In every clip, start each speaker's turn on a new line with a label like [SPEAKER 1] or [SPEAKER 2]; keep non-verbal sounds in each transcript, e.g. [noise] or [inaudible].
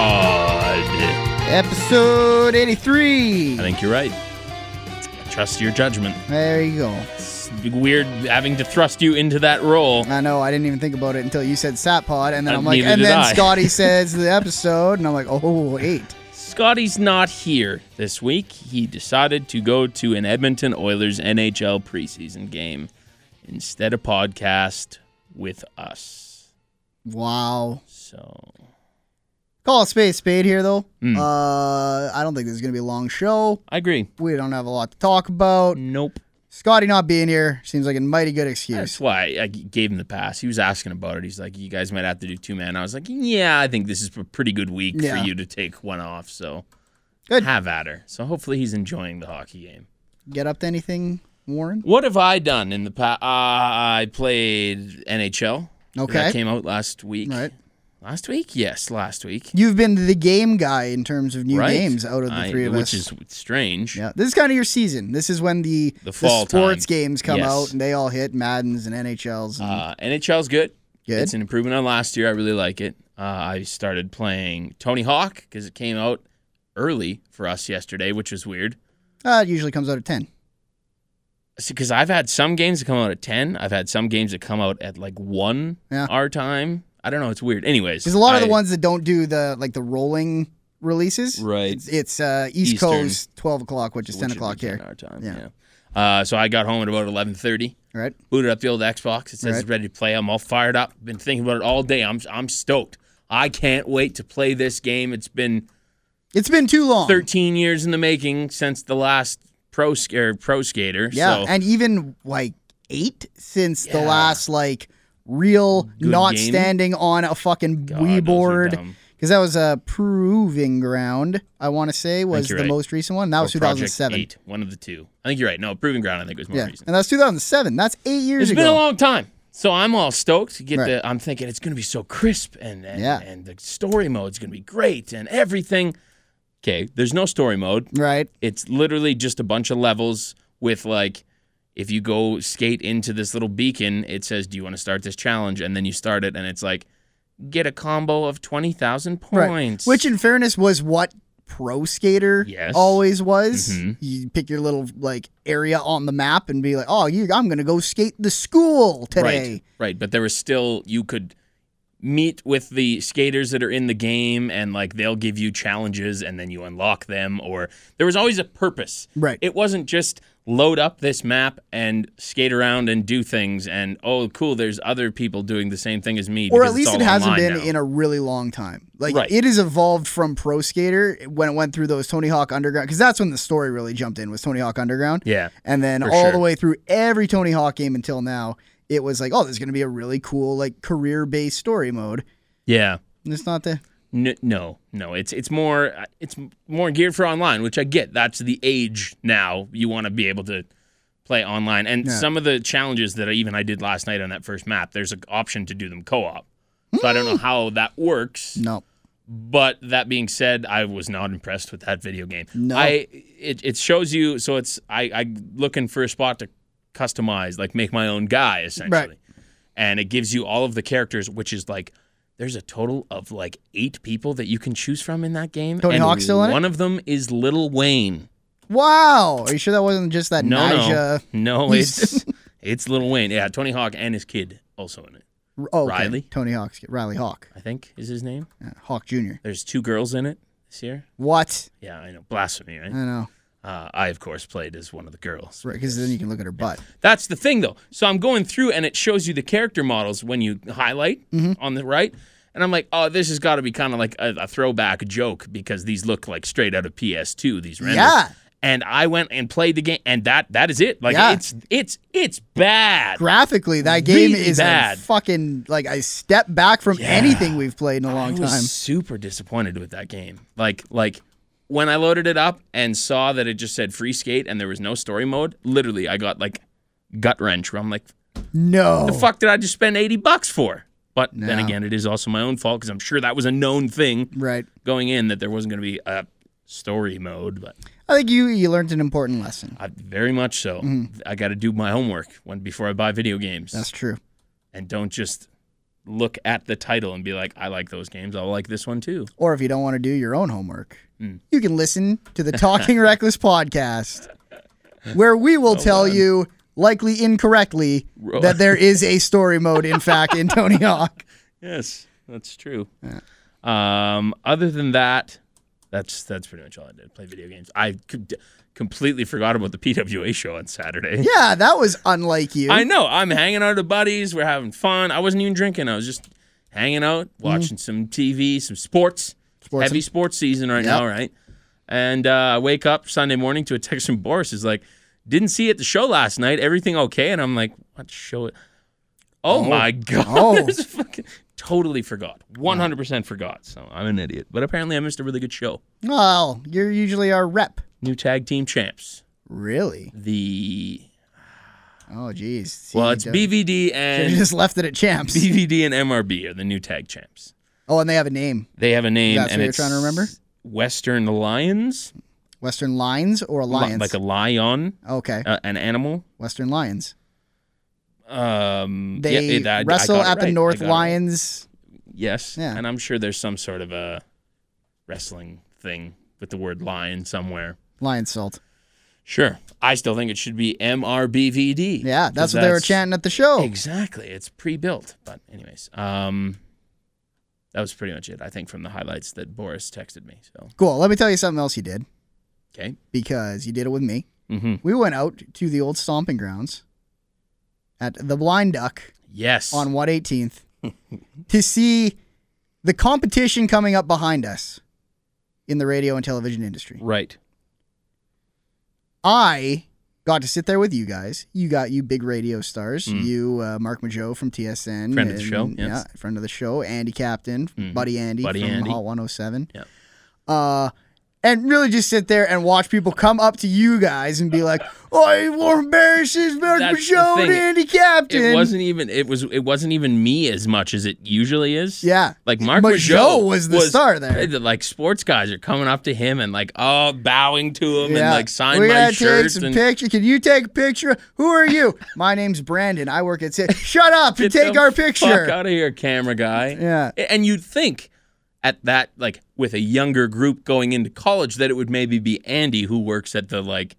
[SPEAKER 1] Satpod.
[SPEAKER 2] Episode 83.
[SPEAKER 1] I think you're right. Trust your judgment.
[SPEAKER 2] There you go.
[SPEAKER 1] It's weird having to thrust you into that role.
[SPEAKER 2] I know, I didn't even think about it until you said Sat Pod, and then
[SPEAKER 1] Uh,
[SPEAKER 2] I'm like,
[SPEAKER 1] neither
[SPEAKER 2] and
[SPEAKER 1] did
[SPEAKER 2] then
[SPEAKER 1] I. [laughs]
[SPEAKER 2] Scotty says the episode, and I'm like, oh, eight.
[SPEAKER 1] Scotty's not here this week. He decided to go to an Edmonton Oilers NHL preseason game instead of podcast with us.
[SPEAKER 2] Wow.
[SPEAKER 1] So
[SPEAKER 2] Call a spade a spade here, though.
[SPEAKER 1] Hmm.
[SPEAKER 2] Uh, I don't think this is going to be a long show.
[SPEAKER 1] I agree.
[SPEAKER 2] We don't have a lot to talk about.
[SPEAKER 1] Nope.
[SPEAKER 2] Scotty not being here seems like a mighty good excuse.
[SPEAKER 1] That's why I g- gave him the pass. He was asking about it. He's like, "You guys might have to do two man." I was like, "Yeah, I think this is a pretty good week
[SPEAKER 2] Yeah.
[SPEAKER 1] for you to take one off." So
[SPEAKER 2] Good.
[SPEAKER 1] have at her. So hopefully he's enjoying the hockey game.
[SPEAKER 2] Get up to anything, Warren?
[SPEAKER 1] What have I done in the past? Uh, I played NHL.
[SPEAKER 2] Okay.
[SPEAKER 1] that came out last week.
[SPEAKER 2] Right.
[SPEAKER 1] Last week? Yes, last week.
[SPEAKER 2] You've been the game guy in terms of new
[SPEAKER 1] right.
[SPEAKER 2] games out of the
[SPEAKER 1] I-
[SPEAKER 2] three of us.
[SPEAKER 1] which is strange.
[SPEAKER 2] Yeah, this is kind of your season. This is when the,
[SPEAKER 1] fall
[SPEAKER 2] sports
[SPEAKER 1] time.
[SPEAKER 2] games come
[SPEAKER 1] Yes.
[SPEAKER 2] out and they all hit Madden's and NHL's. And
[SPEAKER 1] Uh, NHL's good.
[SPEAKER 2] Good.
[SPEAKER 1] It's an improvement on last year. I really like it. Uh, I started playing Tony Hawk because it came out early for us yesterday, which was weird.
[SPEAKER 2] uh, it usually comes out at ten.
[SPEAKER 1] Because I've had some games that come out at 10. I've had some games that come out at like 1
[SPEAKER 2] Yeah.
[SPEAKER 1] our time. I don't know. It's weird. Anyways.
[SPEAKER 2] Because a lot of the
[SPEAKER 1] I-
[SPEAKER 2] ones that don't do the like the rolling releases,
[SPEAKER 1] Right.
[SPEAKER 2] It's, it's uh, East
[SPEAKER 1] Eastern.
[SPEAKER 2] Coast twelve o'clock, which is ten
[SPEAKER 1] which would
[SPEAKER 2] o'clock
[SPEAKER 1] be 10
[SPEAKER 2] here.
[SPEAKER 1] Our time.
[SPEAKER 2] Yeah.
[SPEAKER 1] Yeah. Uh, so I got home at about 11:30.
[SPEAKER 2] Right?
[SPEAKER 1] Booted up the old Xbox. It says
[SPEAKER 2] Right.
[SPEAKER 1] it's ready to play. I'm all fired up. Been thinking about it all day. I'm I'm stoked. I can't wait to play this game. It's been
[SPEAKER 2] It's been too long.
[SPEAKER 1] 13 years in the making since the last pro sk- er, pro skater.
[SPEAKER 2] Yeah,
[SPEAKER 1] so
[SPEAKER 2] and even like eight since the
[SPEAKER 1] Yeah.
[SPEAKER 2] last like real
[SPEAKER 1] Good
[SPEAKER 2] not
[SPEAKER 1] game.
[SPEAKER 2] standing on a fucking
[SPEAKER 1] God, those
[SPEAKER 2] Wii
[SPEAKER 1] are
[SPEAKER 2] board.
[SPEAKER 1] dumb.
[SPEAKER 2] Because that was a proving ground. I want to say was the
[SPEAKER 1] you're right.
[SPEAKER 2] most recent one. That was
[SPEAKER 1] Or
[SPEAKER 2] two thousand
[SPEAKER 1] Project
[SPEAKER 2] seven.
[SPEAKER 1] Eight, one of the two. I think you're right. No, Proving Ground. I think was more
[SPEAKER 2] Yeah,
[SPEAKER 1] recent.
[SPEAKER 2] and that's 2007. That's eight years
[SPEAKER 1] It's
[SPEAKER 2] ago.
[SPEAKER 1] been a long time. So I'm all stoked to get
[SPEAKER 2] Right.
[SPEAKER 1] the I'm thinking it's gonna be so crisp and and,
[SPEAKER 2] Yeah.
[SPEAKER 1] and the story mode's gonna be great and everything. Okay, there's no story mode.
[SPEAKER 2] right?
[SPEAKER 1] It's literally just a bunch of levels with like if you go skate into this little beacon, it says, Do you want to start this challenge? And then you start it and it's like get a combo of twenty thousand points.
[SPEAKER 2] Which, in fairness, was what pro skater
[SPEAKER 1] Yes.
[SPEAKER 2] always was.
[SPEAKER 1] Mhm.
[SPEAKER 2] You pick your little like area on the map and be like, "Oh, you, I'm gonna go skate the school today."
[SPEAKER 1] Right, right. But there was still you could meet with the skaters that are in the game, and like they'll give you challenges, and then you unlock them. Or there was always a purpose.
[SPEAKER 2] Right.
[SPEAKER 1] It wasn't just load up this map and skate around and do things, and oh, cool, there's other people doing the same thing as me. because
[SPEAKER 2] or at
[SPEAKER 1] it's
[SPEAKER 2] least
[SPEAKER 1] all
[SPEAKER 2] it hasn't
[SPEAKER 1] online
[SPEAKER 2] been
[SPEAKER 1] now.
[SPEAKER 2] in a really long time. Like
[SPEAKER 1] Right.
[SPEAKER 2] it has evolved from pro skater when it went through those Tony Hawk Underground, because that's when the story really jumped in was Tony Hawk Underground.
[SPEAKER 1] Yeah,
[SPEAKER 2] and then
[SPEAKER 1] for
[SPEAKER 2] all the
[SPEAKER 1] sure.
[SPEAKER 2] way through every Tony Hawk game until now, it was like, "Oh, there's gonna be a really cool like career based story mode."
[SPEAKER 1] yeah.
[SPEAKER 2] And it's not the
[SPEAKER 1] N- no, no, it's it's more uh, it's more geared for online, which I get. That's the age now. You want to be able to play online, and some of the challenges that I, even I did last night on that first map, there's an option to do them co-op. So I don't know how that works.
[SPEAKER 2] no.
[SPEAKER 1] But that being said, I was not impressed with that video game.
[SPEAKER 2] No.
[SPEAKER 1] I it, it shows you so it's I I looking for a spot to customize, like make my own guy essentially.
[SPEAKER 2] Right.
[SPEAKER 1] And it gives you all of the characters, which is like there's a total of like eight people that you can choose from in that game.
[SPEAKER 2] Tony
[SPEAKER 1] and
[SPEAKER 2] Hawk's still in it?
[SPEAKER 1] One of them is Little Wayne.
[SPEAKER 2] Wow. Are you sure that wasn't just that
[SPEAKER 1] No, [laughs]
[SPEAKER 2] Nija?
[SPEAKER 1] no, no,
[SPEAKER 2] He's- [laughs]
[SPEAKER 1] it's it's Little Wayne. Yeah, Tony Hawk and his kid also in it.
[SPEAKER 2] Oh, okay.
[SPEAKER 1] Riley?
[SPEAKER 2] Tony Hawk's Riley Hawk.
[SPEAKER 1] I think is his name.
[SPEAKER 2] Yeah, Hawk Jr.
[SPEAKER 1] There's two girls in it this year.
[SPEAKER 2] What?
[SPEAKER 1] Yeah, I know. Blasphemy, right?
[SPEAKER 2] I don't know.
[SPEAKER 1] Uh, I, of course, played as one of the girls.
[SPEAKER 2] Because then you can look at her butt.
[SPEAKER 1] That's the thing, though. So I'm going through, and it shows you the character models when you highlight
[SPEAKER 2] Mm-hmm.
[SPEAKER 1] on the right. And I'm like, oh, this has got to be kind of like a, a throwback joke because these look like straight out of PS2. These renders.
[SPEAKER 2] Yeah.
[SPEAKER 1] And I went and played the game, and that that is it. Like
[SPEAKER 2] Yeah.
[SPEAKER 1] it's it's it's bad.
[SPEAKER 2] Graphically, that game
[SPEAKER 1] Really
[SPEAKER 2] is a
[SPEAKER 1] bad.
[SPEAKER 2] fucking like I step back from anything we've played in a long
[SPEAKER 1] I
[SPEAKER 2] time.
[SPEAKER 1] was super disappointed with that game. Like like when I loaded it up and saw that it just said free skate and there was no story mode, literally I got like gut wrench where I'm like,
[SPEAKER 2] No.
[SPEAKER 1] The fuck did I just spend 80 bucks for? But then
[SPEAKER 2] No.
[SPEAKER 1] again, it is also my own fault because I'm sure that was a known thing
[SPEAKER 2] Right.
[SPEAKER 1] going in that there wasn't going to be a story mode, but
[SPEAKER 2] I think you you learned an important lesson.
[SPEAKER 1] I, very much so. I got to do my homework when before I buy video games
[SPEAKER 2] That's true.
[SPEAKER 1] and don't just look at the title and be like, I like those games. I'll like this one too.
[SPEAKER 2] Or if you don't want to do your own homework,
[SPEAKER 1] Mm.
[SPEAKER 2] you can listen
[SPEAKER 1] [laughs]
[SPEAKER 2] to the Talking Reckless podcast, where we will tell
[SPEAKER 1] done.
[SPEAKER 2] you, likely incorrectly,
[SPEAKER 1] Ro-
[SPEAKER 2] that there
[SPEAKER 1] [laughs]
[SPEAKER 2] is a story mode, in fact, in Tony Hawk.
[SPEAKER 1] Yes, that's true. Um, other than that, that's that's pretty much all I did. Play video games. I could, completely forgot about the PWA show on Saturday.
[SPEAKER 2] Yeah, that was unlike you.
[SPEAKER 1] I know. I'm hanging out with buddies. We're having fun. I wasn't even drinking. I was just hanging out, watching some TV, some sports.
[SPEAKER 2] Mm-hmm. Sports.
[SPEAKER 1] Heavy sports season right
[SPEAKER 2] Yep.
[SPEAKER 1] now, right? And uh, I wake up Sunday morning to a text from Boris. Is like, didn't see you at the show last night. Everything okay? And I'm like, what show? It? Oh, my god! [laughs]
[SPEAKER 2] Oh.
[SPEAKER 1] There's a fucking- totally forgot. 100 percent forgot. So I'm an idiot. But apparently, I missed a really good show.
[SPEAKER 2] Well, you're usually our rep.
[SPEAKER 1] New tag team champs.
[SPEAKER 2] Really?
[SPEAKER 1] The
[SPEAKER 2] Oh, geez.
[SPEAKER 1] well, it's BVD
[SPEAKER 2] You [laughs]
[SPEAKER 1] and
[SPEAKER 2] just left it at champs.
[SPEAKER 1] BVD and MRB are the new tag champs.
[SPEAKER 2] Oh, and they have a name.
[SPEAKER 1] They have a name,
[SPEAKER 2] That's what
[SPEAKER 1] and
[SPEAKER 2] you're
[SPEAKER 1] it's
[SPEAKER 2] trying to remember?
[SPEAKER 1] Western Lions,
[SPEAKER 2] Western Lions or
[SPEAKER 1] Li-
[SPEAKER 2] Alliance?
[SPEAKER 1] like a lion,
[SPEAKER 2] okay.
[SPEAKER 1] uh, an animal.
[SPEAKER 2] Western Lions.
[SPEAKER 1] Um, yeah,
[SPEAKER 2] They
[SPEAKER 1] it- I- I
[SPEAKER 2] wrestle
[SPEAKER 1] got it
[SPEAKER 2] at the
[SPEAKER 1] right. I
[SPEAKER 2] North
[SPEAKER 1] got it
[SPEAKER 2] Lions.
[SPEAKER 1] right. Yes,
[SPEAKER 2] Yeah.
[SPEAKER 1] and I'm sure there's some sort of a wrestling thing with the word lion somewhere.
[SPEAKER 2] Lion Salt.
[SPEAKER 1] Sure, I still think it should be MRBVD.
[SPEAKER 2] Yeah,
[SPEAKER 1] because
[SPEAKER 2] that's what they were chanting Oh. at the show.
[SPEAKER 1] Exactly, it's pre-built. But anyways, um, that was pretty much it. I think from the highlights that Boris texted me. So
[SPEAKER 2] Cool. Let me tell you something else you did
[SPEAKER 1] okay,
[SPEAKER 2] because you did it with me.
[SPEAKER 1] mm-hmm.
[SPEAKER 2] We went out to the old stomping grounds at the Blind Duck
[SPEAKER 1] yes,
[SPEAKER 2] on 118th to see the competition coming up behind us in the radio and television industry.
[SPEAKER 1] right.
[SPEAKER 2] I got to sit there with you guys. You got you big radio stars.
[SPEAKER 1] Mm.
[SPEAKER 2] You, uh, Mark Majo from TSN,
[SPEAKER 1] Friend of the show,
[SPEAKER 2] yeah,
[SPEAKER 1] yes.
[SPEAKER 2] friend of the show. Andy Captain,
[SPEAKER 1] Mhm.
[SPEAKER 2] Buddy Andy
[SPEAKER 1] Buddy
[SPEAKER 2] from
[SPEAKER 1] Andy.
[SPEAKER 2] Hot 107.
[SPEAKER 1] Yep.
[SPEAKER 2] Uh, and really just sit there and watch people come up to you guys and be like, [laughs] "Oh, Warren Barris is Mark
[SPEAKER 1] That's the
[SPEAKER 2] Majo and
[SPEAKER 1] thing.
[SPEAKER 2] Andy Captain."
[SPEAKER 1] It wasn't even it was it wasn't even me as much as it usually is.
[SPEAKER 2] Yeah.
[SPEAKER 1] Like Mark
[SPEAKER 2] Majot
[SPEAKER 1] Majot
[SPEAKER 2] was the star there.
[SPEAKER 1] the, Like sports guys are coming up to him and like oh bowing to him and like sign
[SPEAKER 2] we
[SPEAKER 1] my
[SPEAKER 2] gotta take
[SPEAKER 1] shirt
[SPEAKER 2] some
[SPEAKER 1] and
[SPEAKER 2] picture. Can you take a picture? Who are you? My name's Brandon. I work at. Sa- [laughs] Shut up and
[SPEAKER 1] Get
[SPEAKER 2] take
[SPEAKER 1] the
[SPEAKER 2] our
[SPEAKER 1] Fuck
[SPEAKER 2] picture.
[SPEAKER 1] out of here, camera guy.
[SPEAKER 2] Yeah.
[SPEAKER 1] A- And you'd think at that like with a younger group going into college that it would maybe be Andy who works at the like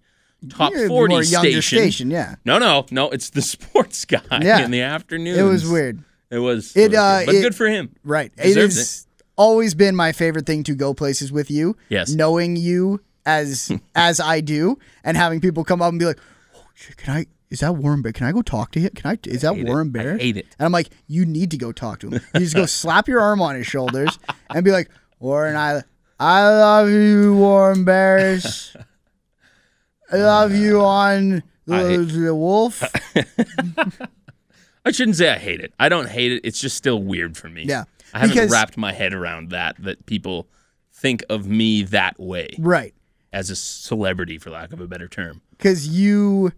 [SPEAKER 1] top
[SPEAKER 2] You're
[SPEAKER 1] forty
[SPEAKER 2] more younger
[SPEAKER 1] station.
[SPEAKER 2] station. Yeah,
[SPEAKER 1] No, no, no! It's the [laughs] sports guy
[SPEAKER 2] Yeah.
[SPEAKER 1] in the afternoon.
[SPEAKER 2] it was weird.
[SPEAKER 1] It was.
[SPEAKER 2] It,
[SPEAKER 1] was
[SPEAKER 2] uh,
[SPEAKER 1] good. but
[SPEAKER 2] it-
[SPEAKER 1] good for him.
[SPEAKER 2] Right. It
[SPEAKER 1] Deserves
[SPEAKER 2] has always been my favorite thing to go places with you.
[SPEAKER 1] Yes.
[SPEAKER 2] Knowing you
[SPEAKER 1] [laughs]
[SPEAKER 2] as as I do, and having people come up and be like, oh, shit, "Can I? Is that Warren Bear? Can I go talk to him? Can I? Is that
[SPEAKER 1] hate it.
[SPEAKER 2] Warren
[SPEAKER 1] I
[SPEAKER 2] Bear?"
[SPEAKER 1] hate it.
[SPEAKER 2] And I'm like, "You need to go talk to him.
[SPEAKER 1] [laughs]
[SPEAKER 2] You just go slap your arm on his shoulders and be like, Warren, I I love you,
[SPEAKER 1] [laughs]
[SPEAKER 2] Warren Bears. I love you on the,
[SPEAKER 1] I- [coughs]
[SPEAKER 2] the wolf.
[SPEAKER 1] I shouldn't say I hate it. I don't hate it. It's just still weird for me.
[SPEAKER 2] Yeah,
[SPEAKER 1] I haven't
[SPEAKER 2] because-
[SPEAKER 1] wrapped my head around that that people think of me that way
[SPEAKER 2] right."
[SPEAKER 1] as a celebrity for lack of a better term.
[SPEAKER 2] because you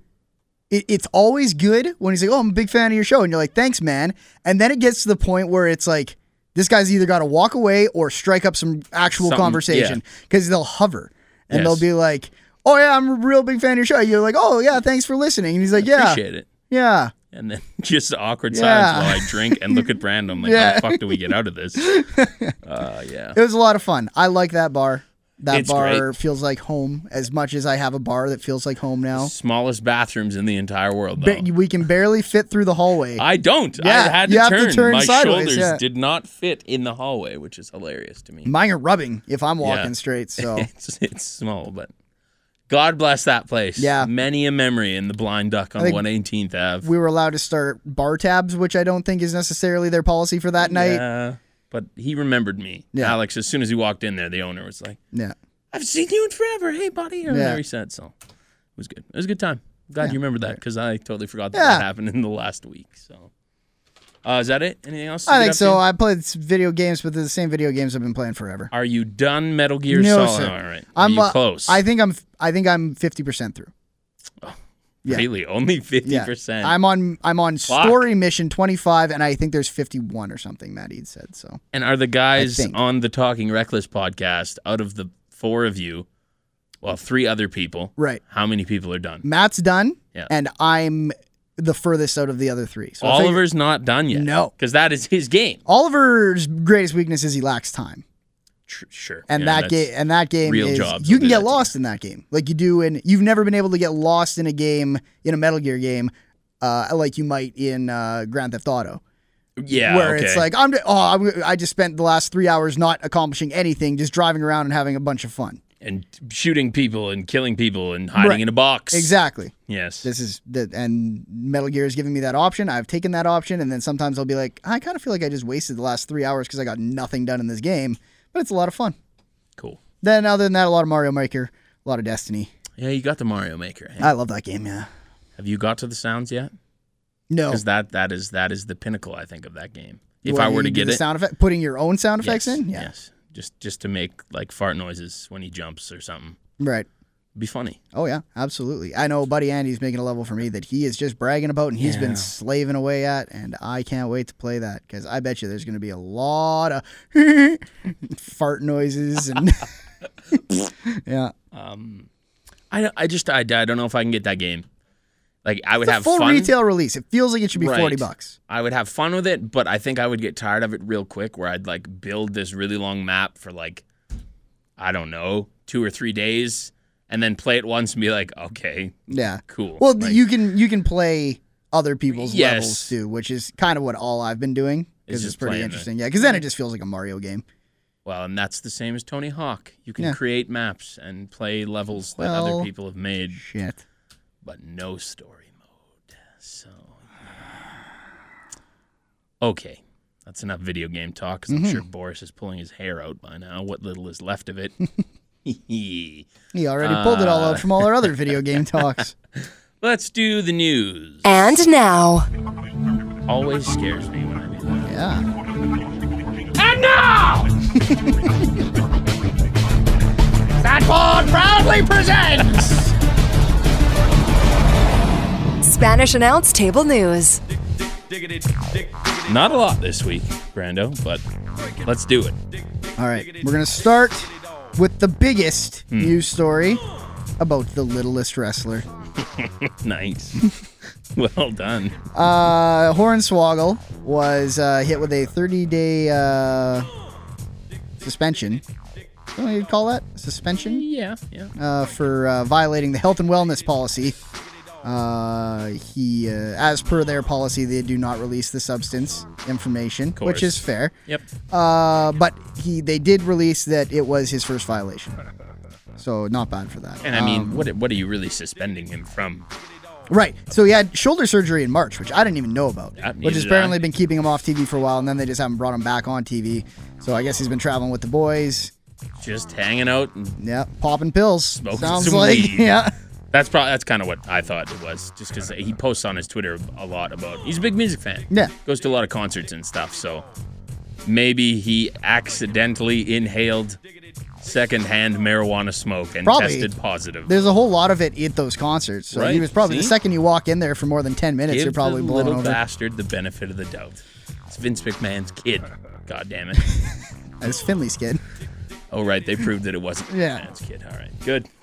[SPEAKER 2] it, it's always good when he's like oh i'm a big fan of your show and you're like thanks man and then it gets to the point where it's like this guy's either got to walk away or strike up some actual
[SPEAKER 1] Something-
[SPEAKER 2] conversation because they'll hover and
[SPEAKER 1] Yes.
[SPEAKER 2] they'll be like oh yeah i'm a real big fan of your show and you're like oh yeah thanks for listening and he's like yeah
[SPEAKER 1] Appreciate it.
[SPEAKER 2] yeah
[SPEAKER 1] And then [laughs] just awkward
[SPEAKER 2] Yeah.
[SPEAKER 1] silence while I drink and look at Brandon like
[SPEAKER 2] Yeah.
[SPEAKER 1] how the fuck do we get out of
[SPEAKER 2] [laughs]
[SPEAKER 1] this? Uh yeah.
[SPEAKER 2] it was a lot of fun i like that bar that
[SPEAKER 1] It's
[SPEAKER 2] bar
[SPEAKER 1] great.
[SPEAKER 2] feels like home as much as i have a bar that feels like home now
[SPEAKER 1] Smallest bathrooms in the entire world though.
[SPEAKER 2] Ba- we can barely fit through the hallway
[SPEAKER 1] I don't. I
[SPEAKER 2] Yeah,
[SPEAKER 1] had
[SPEAKER 2] you
[SPEAKER 1] to
[SPEAKER 2] have to
[SPEAKER 1] turn.
[SPEAKER 2] turn
[SPEAKER 1] my
[SPEAKER 2] sideways,
[SPEAKER 1] shoulders
[SPEAKER 2] yeah.
[SPEAKER 1] did not fit in the hallway, which is hilarious to me.
[SPEAKER 2] mine are rubbing if i'm walking
[SPEAKER 1] Yeah.
[SPEAKER 2] straight so
[SPEAKER 1] [laughs] it's, it's small, but God bless that place.
[SPEAKER 2] Yeah.
[SPEAKER 1] Many a memory in the Blind Duck on
[SPEAKER 2] think
[SPEAKER 1] 118th Ave.
[SPEAKER 2] we were allowed to start bar tabs, which I don't think is necessarily their policy for that night.
[SPEAKER 1] Yeah, but he remembered me.
[SPEAKER 2] Yeah.
[SPEAKER 1] Alex, as soon as he walked in there, the owner was like,
[SPEAKER 2] Yeah.
[SPEAKER 1] I've seen you in forever. Hey, buddy. Or
[SPEAKER 2] Yeah.
[SPEAKER 1] whatever he said. So it was good. It was a good time. Glad you remembered that because I totally forgot that,
[SPEAKER 2] Yeah.
[SPEAKER 1] that happened in the last week. So uh, is that it? Anything else?
[SPEAKER 2] I
[SPEAKER 1] to get
[SPEAKER 2] think
[SPEAKER 1] up
[SPEAKER 2] so.
[SPEAKER 1] to?
[SPEAKER 2] I played s- video games, but they're the same video games I've been playing forever.
[SPEAKER 1] Are you done Metal Gear
[SPEAKER 2] No,
[SPEAKER 1] Solid?
[SPEAKER 2] sir.
[SPEAKER 1] All right. Are
[SPEAKER 2] I'm
[SPEAKER 1] you
[SPEAKER 2] uh,
[SPEAKER 1] close?
[SPEAKER 2] I think I'm. f- I think I'm fifty percent through. Yeah.
[SPEAKER 1] Really, only fifty
[SPEAKER 2] Yeah.
[SPEAKER 1] percent.
[SPEAKER 2] I'm on I'm on
[SPEAKER 1] Fuck.
[SPEAKER 2] story mission 25 and I think there's 51 or something Matt Ead said so.
[SPEAKER 1] And are the guys
[SPEAKER 2] think.
[SPEAKER 1] on the Talking Reckless podcast out of the four of you? Well, three other people.
[SPEAKER 2] Right.
[SPEAKER 1] How many people are done?
[SPEAKER 2] Matt's done
[SPEAKER 1] Yeah.
[SPEAKER 2] and I'm the furthest out of the other 3. So I think-
[SPEAKER 1] Oliver's not done yet.
[SPEAKER 2] No.
[SPEAKER 1] because that is his game.
[SPEAKER 2] Oliver's greatest weakness is he lacks time.
[SPEAKER 1] Tr- sure.
[SPEAKER 2] And
[SPEAKER 1] Yeah,
[SPEAKER 2] that
[SPEAKER 1] that's-
[SPEAKER 2] game and that game
[SPEAKER 1] real
[SPEAKER 2] is
[SPEAKER 1] jobs
[SPEAKER 2] you
[SPEAKER 1] will
[SPEAKER 2] can
[SPEAKER 1] do
[SPEAKER 2] get
[SPEAKER 1] that to
[SPEAKER 2] lost in that game. Like you do in you've never been able to get lost in a game in a Metal Gear game uh, like you might in uh, Grand Theft Auto.
[SPEAKER 1] Yeah.
[SPEAKER 2] where
[SPEAKER 1] okay.
[SPEAKER 2] it's like I'm oh I'm, I just spent the last three hours not accomplishing anything, just driving around and having a bunch of fun.
[SPEAKER 1] and shooting people and killing people and hiding
[SPEAKER 2] Right.
[SPEAKER 1] in a box.
[SPEAKER 2] Exactly.
[SPEAKER 1] Yes.
[SPEAKER 2] This is the and Metal Gear is giving me that option. I've taken that option, and then sometimes I'll be like, I kind of feel like I just wasted the last three hours because I got nothing done in this game, but it's a lot of fun.
[SPEAKER 1] Cool.
[SPEAKER 2] Then other than that, a lot of Mario Maker, a lot of Destiny.
[SPEAKER 1] Yeah, you got the Mario Maker. eh?
[SPEAKER 2] I love that game. Yeah.
[SPEAKER 1] Have you got to the sounds yet?
[SPEAKER 2] No.
[SPEAKER 1] Because that that is that is the pinnacle, I think, of that game. If
[SPEAKER 2] What,
[SPEAKER 1] I were
[SPEAKER 2] you
[SPEAKER 1] to
[SPEAKER 2] do
[SPEAKER 1] get
[SPEAKER 2] the
[SPEAKER 1] it,
[SPEAKER 2] sound effect, putting your own sound effects
[SPEAKER 1] yes,
[SPEAKER 2] in, yeah,
[SPEAKER 1] yes, just just to make like fart noises when he jumps or something,
[SPEAKER 2] right.
[SPEAKER 1] be funny.
[SPEAKER 2] Oh yeah, absolutely. I know Buddy Andy's making a level for me that he is just bragging about and he's
[SPEAKER 1] Yeah.
[SPEAKER 2] been slaving away at, and I can't wait to play that because I bet you there's going to be a lot of [laughs] fart noises and [laughs] yeah,
[SPEAKER 1] Um, I, I just I, I don't know if I can get that game. Like I would
[SPEAKER 2] it's a
[SPEAKER 1] have
[SPEAKER 2] full
[SPEAKER 1] fun.
[SPEAKER 2] retail release. It feels like it should be forty
[SPEAKER 1] Right.
[SPEAKER 2] bucks.
[SPEAKER 1] I would have fun with it, but I think I would get tired of it real quick. Where I'd like build this really long map for like I don't know two or three days, and then play it once and be like, okay, [laughs]
[SPEAKER 2] Yeah.
[SPEAKER 1] cool.
[SPEAKER 2] Well,
[SPEAKER 1] Like,
[SPEAKER 2] you can you can play other people's
[SPEAKER 1] Yes.
[SPEAKER 2] levels too, which is kind of what all I've been doing
[SPEAKER 1] It's
[SPEAKER 2] because it's,
[SPEAKER 1] just
[SPEAKER 2] pretty
[SPEAKER 1] playing the-
[SPEAKER 2] interesting. Yeah, because then it just feels like a Mario game.
[SPEAKER 1] Well, and that's the same as Tony Hawk. You can
[SPEAKER 2] Yeah.
[SPEAKER 1] create maps and play levels that
[SPEAKER 2] Well-
[SPEAKER 1] other people have made,
[SPEAKER 2] Shit.
[SPEAKER 1] but no story mode. So, okay, that's enough video game talk. Because I'm sure Boris is pulling his hair out by now. What little is left of it. [laughs]
[SPEAKER 2] He already pulled it all out from all our other video game talks.
[SPEAKER 1] Let's do the news.
[SPEAKER 3] And now,
[SPEAKER 1] Always scares me when I do that.
[SPEAKER 2] Yeah.
[SPEAKER 4] And now, Sanford proudly presents.
[SPEAKER 3] Spanish announce table news.
[SPEAKER 1] Not a lot this week, Brando, but let's do it.
[SPEAKER 2] All right, we're gonna start with the biggest news story about the littlest wrestler.
[SPEAKER 1] Nice. [laughs] well done.
[SPEAKER 2] Uh, Hornswoggle was uh, hit with a 30-day uh, suspension. What do you call that? Suspension
[SPEAKER 1] Yeah, yeah.
[SPEAKER 2] uh, for uh, violating the health and wellness policy. Uh, he, uh, as per their policy, they do not release the substance information,
[SPEAKER 1] course.
[SPEAKER 2] which is fair.
[SPEAKER 1] Yep.
[SPEAKER 2] Uh, but he, they did release that it was his first violation. So not bad for that. Um,
[SPEAKER 1] And I mean, what what are you really suspending him from?
[SPEAKER 2] Right. So he had shoulder surgery in March, which I didn't even know about,
[SPEAKER 1] Yeah, neither
[SPEAKER 2] which has
[SPEAKER 1] did
[SPEAKER 2] apparently
[SPEAKER 1] I.
[SPEAKER 2] been keeping him off TV for a while, and then they just haven't brought him back on TV. So I guess he's been traveling with the boys.
[SPEAKER 1] Just hanging out. And
[SPEAKER 2] Yeah, popping pills.
[SPEAKER 1] Smoking
[SPEAKER 2] Sounds
[SPEAKER 1] some
[SPEAKER 2] like
[SPEAKER 1] weed.
[SPEAKER 2] [laughs] yeah.
[SPEAKER 1] that's probably that's kind of what I thought it was, just because he posts on his Twitter a lot about. He's a big music fan.
[SPEAKER 2] Yeah.
[SPEAKER 1] Goes to a lot of concerts and stuff. So maybe he accidentally inhaled secondhand marijuana smoke and
[SPEAKER 2] Probably.
[SPEAKER 1] tested positive.
[SPEAKER 2] There's a whole lot of it at those concerts. So he
[SPEAKER 1] Right,
[SPEAKER 2] was probably the
[SPEAKER 1] see?
[SPEAKER 2] second you walk in there for more than ten minutes,
[SPEAKER 1] Give
[SPEAKER 2] you're probably
[SPEAKER 1] the
[SPEAKER 2] blown
[SPEAKER 1] little
[SPEAKER 2] over.
[SPEAKER 1] bastard the benefit of the doubt. It's Vince McMahon's kid. [laughs] God damn it.
[SPEAKER 2] That's Finley's kid.
[SPEAKER 1] Oh right, they proved that it wasn't
[SPEAKER 2] Yeah.
[SPEAKER 1] McMahon's kid. All right, good.
[SPEAKER 2] [laughs]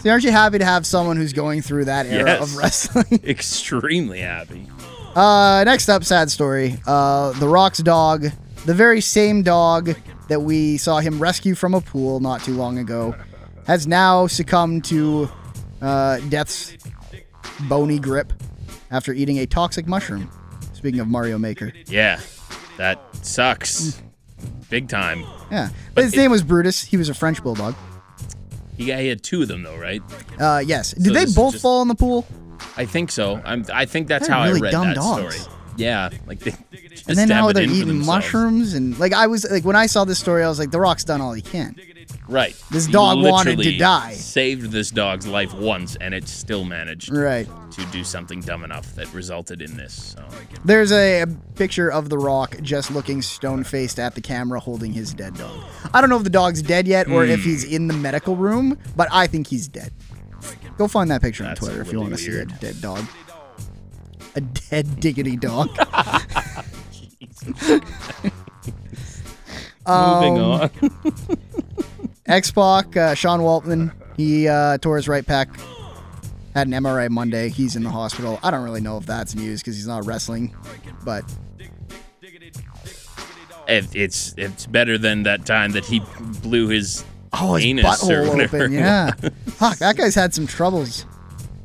[SPEAKER 2] So aren't you happy to have someone who's going through that era
[SPEAKER 1] Yes.
[SPEAKER 2] of wrestling?
[SPEAKER 1] Extremely happy.
[SPEAKER 2] Uh, next up, sad story. Uh, the Rock's dog, the very same dog that we saw him rescue from a pool not too long ago, has now succumbed to uh, death's bony grip after eating a toxic mushroom. Speaking of Mario Maker,
[SPEAKER 1] Yeah, that
[SPEAKER 2] Mm.
[SPEAKER 1] sucks. Big time.
[SPEAKER 2] yeah, but his
[SPEAKER 1] it-
[SPEAKER 2] name was Brutus. He was a French bulldog.
[SPEAKER 1] He, he had two of them though, right?
[SPEAKER 2] Uh, yes. Did
[SPEAKER 1] So
[SPEAKER 2] they
[SPEAKER 1] this is
[SPEAKER 2] both
[SPEAKER 1] just-
[SPEAKER 2] fall in the pool?
[SPEAKER 1] I think so. I'm, I think that's
[SPEAKER 2] They're
[SPEAKER 1] how
[SPEAKER 2] really
[SPEAKER 1] I read
[SPEAKER 2] dumb
[SPEAKER 1] that
[SPEAKER 2] dogs.
[SPEAKER 1] story. Yeah, like they just
[SPEAKER 2] And then
[SPEAKER 1] dab
[SPEAKER 2] now
[SPEAKER 1] it
[SPEAKER 2] they're
[SPEAKER 1] in for
[SPEAKER 2] eating
[SPEAKER 1] themselves.
[SPEAKER 2] mushrooms and like I was like when I saw this story, I was like, The Rock's done all he can.
[SPEAKER 1] Right.
[SPEAKER 2] This
[SPEAKER 1] He
[SPEAKER 2] dog wanted to
[SPEAKER 1] literally
[SPEAKER 2] die.
[SPEAKER 1] Saved this dog's life once, and it still managed
[SPEAKER 2] Right.
[SPEAKER 1] to do something dumb enough that resulted in this. So.
[SPEAKER 2] There's a, a picture of The Rock just looking stone faced at the camera holding his dead dog.
[SPEAKER 1] Hmm.
[SPEAKER 2] I don't know if the dog's dead yet or if he's in the medical room, but I think he's dead. Go find that picture
[SPEAKER 1] That's
[SPEAKER 2] on Twitter if you
[SPEAKER 1] really
[SPEAKER 2] want to see a
[SPEAKER 1] weird.
[SPEAKER 2] dead dog. A dead diggity dog. [laughs]
[SPEAKER 1] Moving
[SPEAKER 2] Um,
[SPEAKER 1] on.
[SPEAKER 2] X Pac, uh, Sean Waltman, he uh, tore his right pec. Had an MRI Monday. He's in the hospital. I don't really know if that's news because he's not wrestling, but
[SPEAKER 1] [laughs] It, it's it's better than that time that he blew his
[SPEAKER 2] oh, his
[SPEAKER 1] Anus or
[SPEAKER 2] butthole
[SPEAKER 1] whatever. [laughs]
[SPEAKER 2] open. Yeah, fuck, that guy's had some troubles.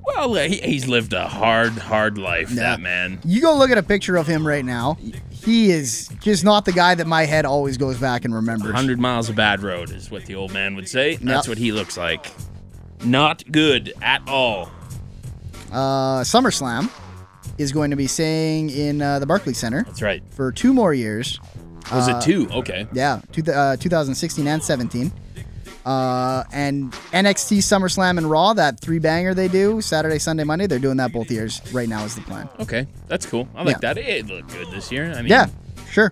[SPEAKER 1] well. uh, He, he's lived a hard, hard life.
[SPEAKER 2] Yeah.
[SPEAKER 1] That man.
[SPEAKER 2] You go look at a picture of him right now. He is just not the guy that my head always goes back and remembers.
[SPEAKER 1] 100 miles of bad road is what the old man would say. That's
[SPEAKER 2] Yep.
[SPEAKER 1] what he looks like. Not good at all.
[SPEAKER 2] Uh, SummerSlam is going to be staying in uh, the Barclays Center
[SPEAKER 1] That's right.
[SPEAKER 2] for two more years.
[SPEAKER 1] Was
[SPEAKER 2] Uh,
[SPEAKER 1] it two? Okay.
[SPEAKER 2] Yeah, two, uh, 2016 and 17. Uh, and NXT SummerSlam and Raw, that three banger they do Saturday, Sunday, Monday, they're doing that both years. Right now is the plan.
[SPEAKER 1] Okay. That's cool. I like
[SPEAKER 2] Yeah.
[SPEAKER 1] that. It looked good this year. I mean,
[SPEAKER 2] Yeah, sure.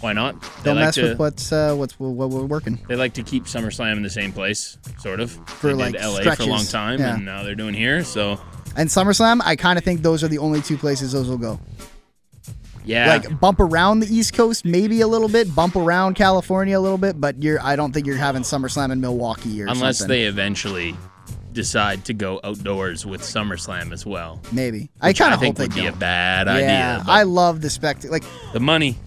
[SPEAKER 1] why not? They
[SPEAKER 2] Don't
[SPEAKER 1] like
[SPEAKER 2] mess
[SPEAKER 1] to,
[SPEAKER 2] with what's uh, what's what we're working.
[SPEAKER 1] They like to keep SummerSlam in the same place, sort of.
[SPEAKER 2] For,
[SPEAKER 1] they
[SPEAKER 2] like,
[SPEAKER 1] did LA for
[SPEAKER 2] stretches.
[SPEAKER 1] a long time,
[SPEAKER 2] Yeah.
[SPEAKER 1] and now they're doing here. So,
[SPEAKER 2] And SummerSlam, I kind of think those are the only two places those will go.
[SPEAKER 1] yeah.
[SPEAKER 2] Like bump around the East Coast, maybe a little bit, bump around California a little bit, but you're I don't think you're having SummerSlam in Milwaukee or
[SPEAKER 1] unless
[SPEAKER 2] something.
[SPEAKER 1] they eventually decide to go outdoors with SummerSlam as well.
[SPEAKER 2] maybe I kind
[SPEAKER 1] I
[SPEAKER 2] of
[SPEAKER 1] think
[SPEAKER 2] hope they
[SPEAKER 1] would be
[SPEAKER 2] do.
[SPEAKER 1] a bad
[SPEAKER 2] yeah,
[SPEAKER 1] idea. but
[SPEAKER 2] I love the spectacle. Like
[SPEAKER 1] the money.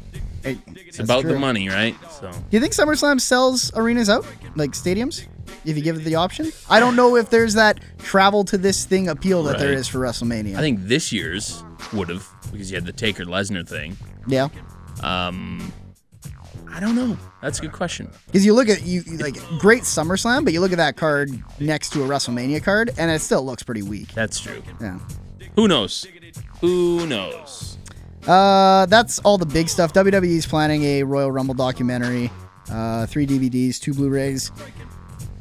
[SPEAKER 2] it-
[SPEAKER 1] It's
[SPEAKER 2] that's
[SPEAKER 1] about the
[SPEAKER 2] true.
[SPEAKER 1] money, right? So.
[SPEAKER 2] Do you think SummerSlam sells arenas out, like stadiums, if you give it the option? I don't know if there's that travel to this thing appeal that there
[SPEAKER 1] Right.
[SPEAKER 2] is for WrestleMania.
[SPEAKER 1] I think this year's would have because you had the Taker Lesnar thing.
[SPEAKER 2] yeah,
[SPEAKER 1] Um, I don't know. That's a good question.
[SPEAKER 2] because you look at you you, like great SummerSlam, but you look at that card next to a WrestleMania card, and it still looks pretty weak.
[SPEAKER 1] That's true.
[SPEAKER 2] Yeah.
[SPEAKER 1] Who knows? Who knows?
[SPEAKER 2] Uh, that's all the big stuff. WWE's planning a Royal Rumble documentary, uh, three DVDs, two Blu-rays.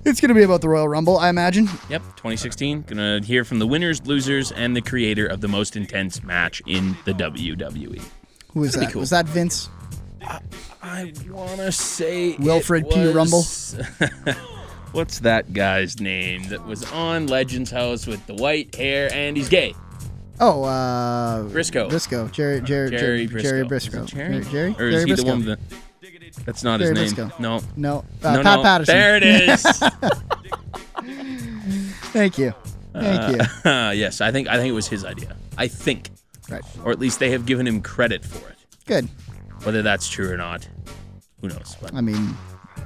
[SPEAKER 2] It's gonna be about the Royal Rumble, I imagine.
[SPEAKER 1] Yep, 2016. Gonna hear from the winners, losers, and the creator of the most intense match in the E. WWE.
[SPEAKER 2] Who was
[SPEAKER 1] That'd be
[SPEAKER 2] that?
[SPEAKER 1] cool.
[SPEAKER 2] Was that Vince?
[SPEAKER 1] I wanna say it
[SPEAKER 2] Wilfred P.
[SPEAKER 1] was- [laughs] What's that guy's name that was on Legends House with the white hair and he's gay?
[SPEAKER 2] Oh, uh,
[SPEAKER 1] Briscoe.
[SPEAKER 2] Briscoe. Jerry, Jerry,
[SPEAKER 1] Jerry
[SPEAKER 2] Jerry,
[SPEAKER 1] Briscoe.
[SPEAKER 2] Jerry
[SPEAKER 1] Is it
[SPEAKER 2] Briscoe.
[SPEAKER 1] Jerry?
[SPEAKER 2] Jerry,
[SPEAKER 1] Or is
[SPEAKER 2] Jerry
[SPEAKER 1] he
[SPEAKER 2] Briscoe.
[SPEAKER 1] the one with the? That's not
[SPEAKER 2] Jerry
[SPEAKER 1] his name.
[SPEAKER 2] Briscoe.
[SPEAKER 1] No.
[SPEAKER 2] No, uh,
[SPEAKER 1] no,
[SPEAKER 2] Pat
[SPEAKER 1] no.
[SPEAKER 2] Patterson. [laughs]
[SPEAKER 1] There it is. [laughs]
[SPEAKER 2] Thank you. Thank you.
[SPEAKER 1] Uh, yes, I think I think it was his idea. I think,
[SPEAKER 2] Right.
[SPEAKER 1] or at least they have given him credit for it.
[SPEAKER 2] Good.
[SPEAKER 1] Whether that's true or not, who knows? But
[SPEAKER 2] I mean,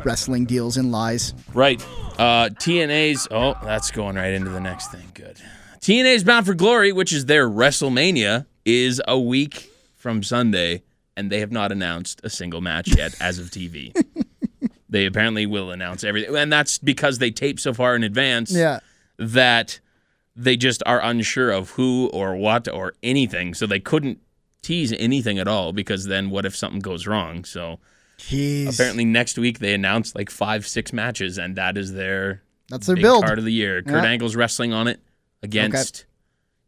[SPEAKER 2] wrestling deals and lies.
[SPEAKER 1] right, uh, TNA's. Oh, that's going right into the next thing. Good. TNA's Bound for Glory, which is their WrestleMania, is a week from Sunday, and they have not announced a single match yet as of TV. they apparently will announce everything, and that's because they tape so far in advance.
[SPEAKER 2] Yeah.
[SPEAKER 1] that they just are unsure of who or what or anything. So they couldn't tease anything at all because then what if something goes wrong? So
[SPEAKER 2] Jeez.
[SPEAKER 1] apparently next week they announced like five, six matches, and that is their
[SPEAKER 2] That's their
[SPEAKER 1] big
[SPEAKER 2] build.
[SPEAKER 1] card of the year. Kurt
[SPEAKER 2] Yeah.
[SPEAKER 1] Angle's wrestling on it against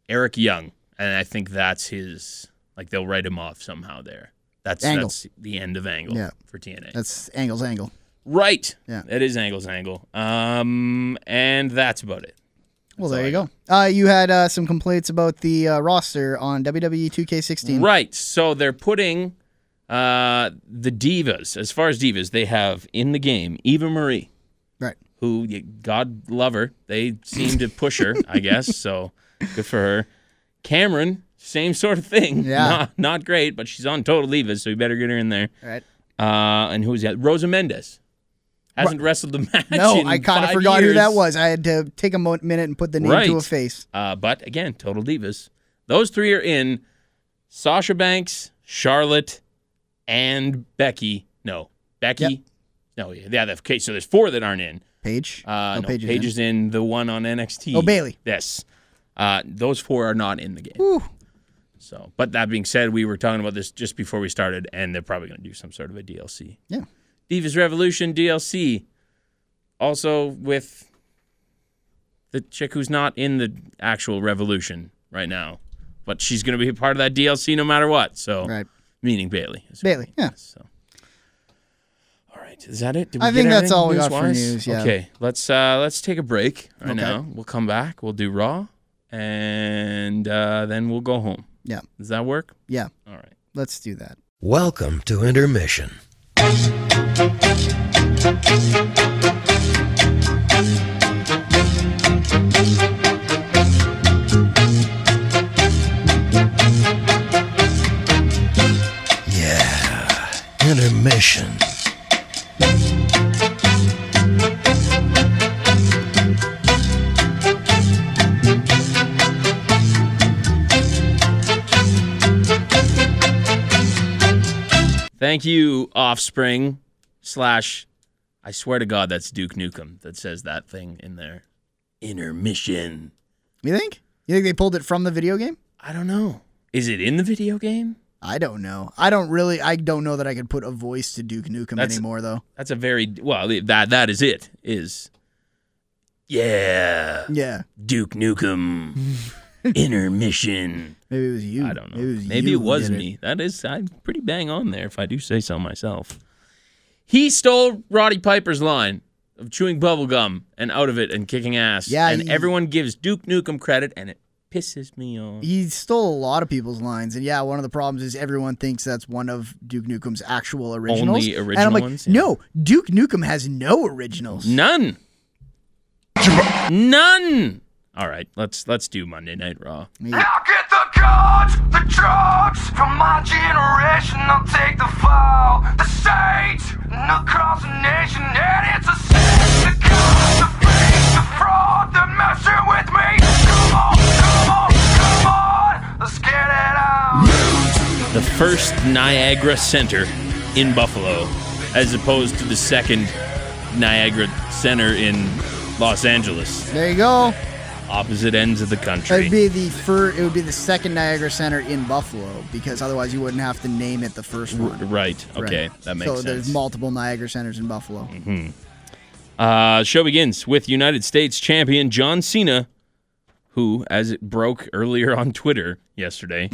[SPEAKER 1] Eric Young, and I think that's his. Like they'll write him off somehow there. That's
[SPEAKER 2] Angle.
[SPEAKER 1] that's the end of Angle
[SPEAKER 2] Yeah.
[SPEAKER 1] for TNA.
[SPEAKER 2] That's Angle's angle.
[SPEAKER 1] right.
[SPEAKER 2] Yeah.
[SPEAKER 1] That is Angle's angle. Um, and that's about it.
[SPEAKER 2] Well, there you go. Uh, you had uh, some complaints about the uh, roster on E WWE 2K16.
[SPEAKER 1] Right. So they're putting uh, the divas, as far as divas, they have in the game Eva Marie,
[SPEAKER 2] Right.
[SPEAKER 1] who y- God love her. They seem to push her,
[SPEAKER 2] [laughs]
[SPEAKER 1] I guess. So good for her. Cameron, same sort of thing.
[SPEAKER 2] Yeah.
[SPEAKER 1] Not, not great, but she's on Total Divas, so you better get her in there.
[SPEAKER 2] All right.
[SPEAKER 1] Uh, and who's that? Rosa Mendez. Hasn't wrestled the [laughs] match.
[SPEAKER 2] No,
[SPEAKER 1] in
[SPEAKER 2] I kind of
[SPEAKER 1] five
[SPEAKER 2] forgot who
[SPEAKER 1] years.
[SPEAKER 2] that was. I had to take a mo- minute and put the name to a
[SPEAKER 1] Right.
[SPEAKER 2] face.
[SPEAKER 1] Uh, but again, total divas. Those three are in. Sasha Banks, Charlotte, and Becky. No, Becky.
[SPEAKER 2] Yep.
[SPEAKER 1] No, yeah. That, okay, so there's four that aren't in.
[SPEAKER 2] Paige.
[SPEAKER 1] Uh, no, Paige,
[SPEAKER 2] Paige is in.
[SPEAKER 1] is in. The one on NXT.
[SPEAKER 2] Oh, Bailey.
[SPEAKER 1] Yes. Uh, those four are not in the game.
[SPEAKER 2] Whew.
[SPEAKER 1] So, but that being said, we were talking about this just before we started, and they're probably going to do some sort of a DLC.
[SPEAKER 2] Yeah.
[SPEAKER 1] Divas Revolution DLC. Also with the chick who's not in the actual Revolution right now, but she's going to be a part of that DLC no matter what. So,
[SPEAKER 2] Right.
[SPEAKER 1] meaning Bailey. is what
[SPEAKER 2] Bailey,
[SPEAKER 1] I mean,
[SPEAKER 2] yeah.
[SPEAKER 1] So, all right, is that it? Did
[SPEAKER 2] I think
[SPEAKER 1] get
[SPEAKER 2] that's
[SPEAKER 1] everything
[SPEAKER 2] all we got for
[SPEAKER 1] news-wise?
[SPEAKER 2] news, yeah.
[SPEAKER 1] Okay, let's uh, let's take a break right
[SPEAKER 2] Okay.
[SPEAKER 1] now. We'll come back. We'll do Raw, and uh, then we'll go home.
[SPEAKER 2] Yeah.
[SPEAKER 1] Does that work?
[SPEAKER 2] Yeah.
[SPEAKER 1] All right.
[SPEAKER 2] Let's do that.
[SPEAKER 5] Welcome to intermission. Yeah, intermission.
[SPEAKER 1] Thank you, Offspring. Slash, I swear to God, that's Duke Nukem that says that thing in there. Intermission.
[SPEAKER 2] You think? You think they pulled it from the video game?
[SPEAKER 1] I don't know. Is it in the video game?
[SPEAKER 2] I don't know. I don't really. I don't know that I could put a voice to Duke Nukem
[SPEAKER 1] That's-
[SPEAKER 2] anymore, though.
[SPEAKER 1] That's a very well. That that is it. Is yeah,
[SPEAKER 2] Yeah,
[SPEAKER 1] Duke Nukem. [laughs] Intermission.
[SPEAKER 2] maybe it was you.
[SPEAKER 1] I don't know.
[SPEAKER 2] Maybe it was,
[SPEAKER 1] Maybe
[SPEAKER 2] you
[SPEAKER 1] it
[SPEAKER 2] who
[SPEAKER 1] was
[SPEAKER 2] did
[SPEAKER 1] me. That is, I'm pretty bang on there if I do say so myself. He stole Roddy Piper's line of chewing bubble gum and out of it and kicking ass.
[SPEAKER 2] Yeah,
[SPEAKER 1] and
[SPEAKER 2] he-
[SPEAKER 1] everyone gives Duke Nukem credit, and it pisses me off.
[SPEAKER 2] He stole a lot of people's lines, and yeah, one of the problems is everyone thinks that's one of Duke Nukem's actual originals. and I'm
[SPEAKER 1] original
[SPEAKER 2] like,
[SPEAKER 1] ones, yeah.
[SPEAKER 2] no, Duke Nukem has no originals.
[SPEAKER 1] None. None. All right, let's let's do Monday Night Raw.
[SPEAKER 6] I'll get the guns, the drugs from my generation. I'll take the fall, the states, and across the nation. And it's a sin. The guns, the fakes, the fraud, the messing with me. Come on, come on, come on. Let's get it on.
[SPEAKER 1] The first Niagara Center in Buffalo, as opposed to the second Niagara Center in Los Angeles.
[SPEAKER 2] There you go.
[SPEAKER 1] opposite ends of the country.
[SPEAKER 2] It'd be the fir- It would be the second Niagara Center in Buffalo because otherwise you wouldn't have to name it the first one.
[SPEAKER 1] right. Okay,
[SPEAKER 2] Right.
[SPEAKER 1] that makes
[SPEAKER 2] so
[SPEAKER 1] sense. Mm-hmm.
[SPEAKER 2] there's multiple Niagara centers in Buffalo.
[SPEAKER 1] uh, show begins with United States champion John Cena, who, as it broke earlier on Twitter
[SPEAKER 2] [laughs]
[SPEAKER 1] yesterday,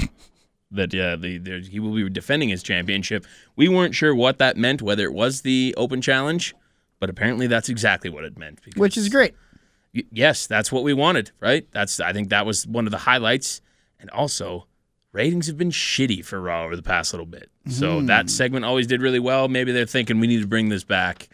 [SPEAKER 1] that uh, the, there he will be defending his championship. We weren't sure what that meant, whether it was the Open Challenge, but apparently that's exactly what it meant. because-
[SPEAKER 2] which is great.
[SPEAKER 1] Y- yes, that's what we wanted, right? That's I think that was one of the highlights, and also ratings have been shitty for Raw over the past little bit. So that segment always did really well. Maybe they're thinking we need to bring this back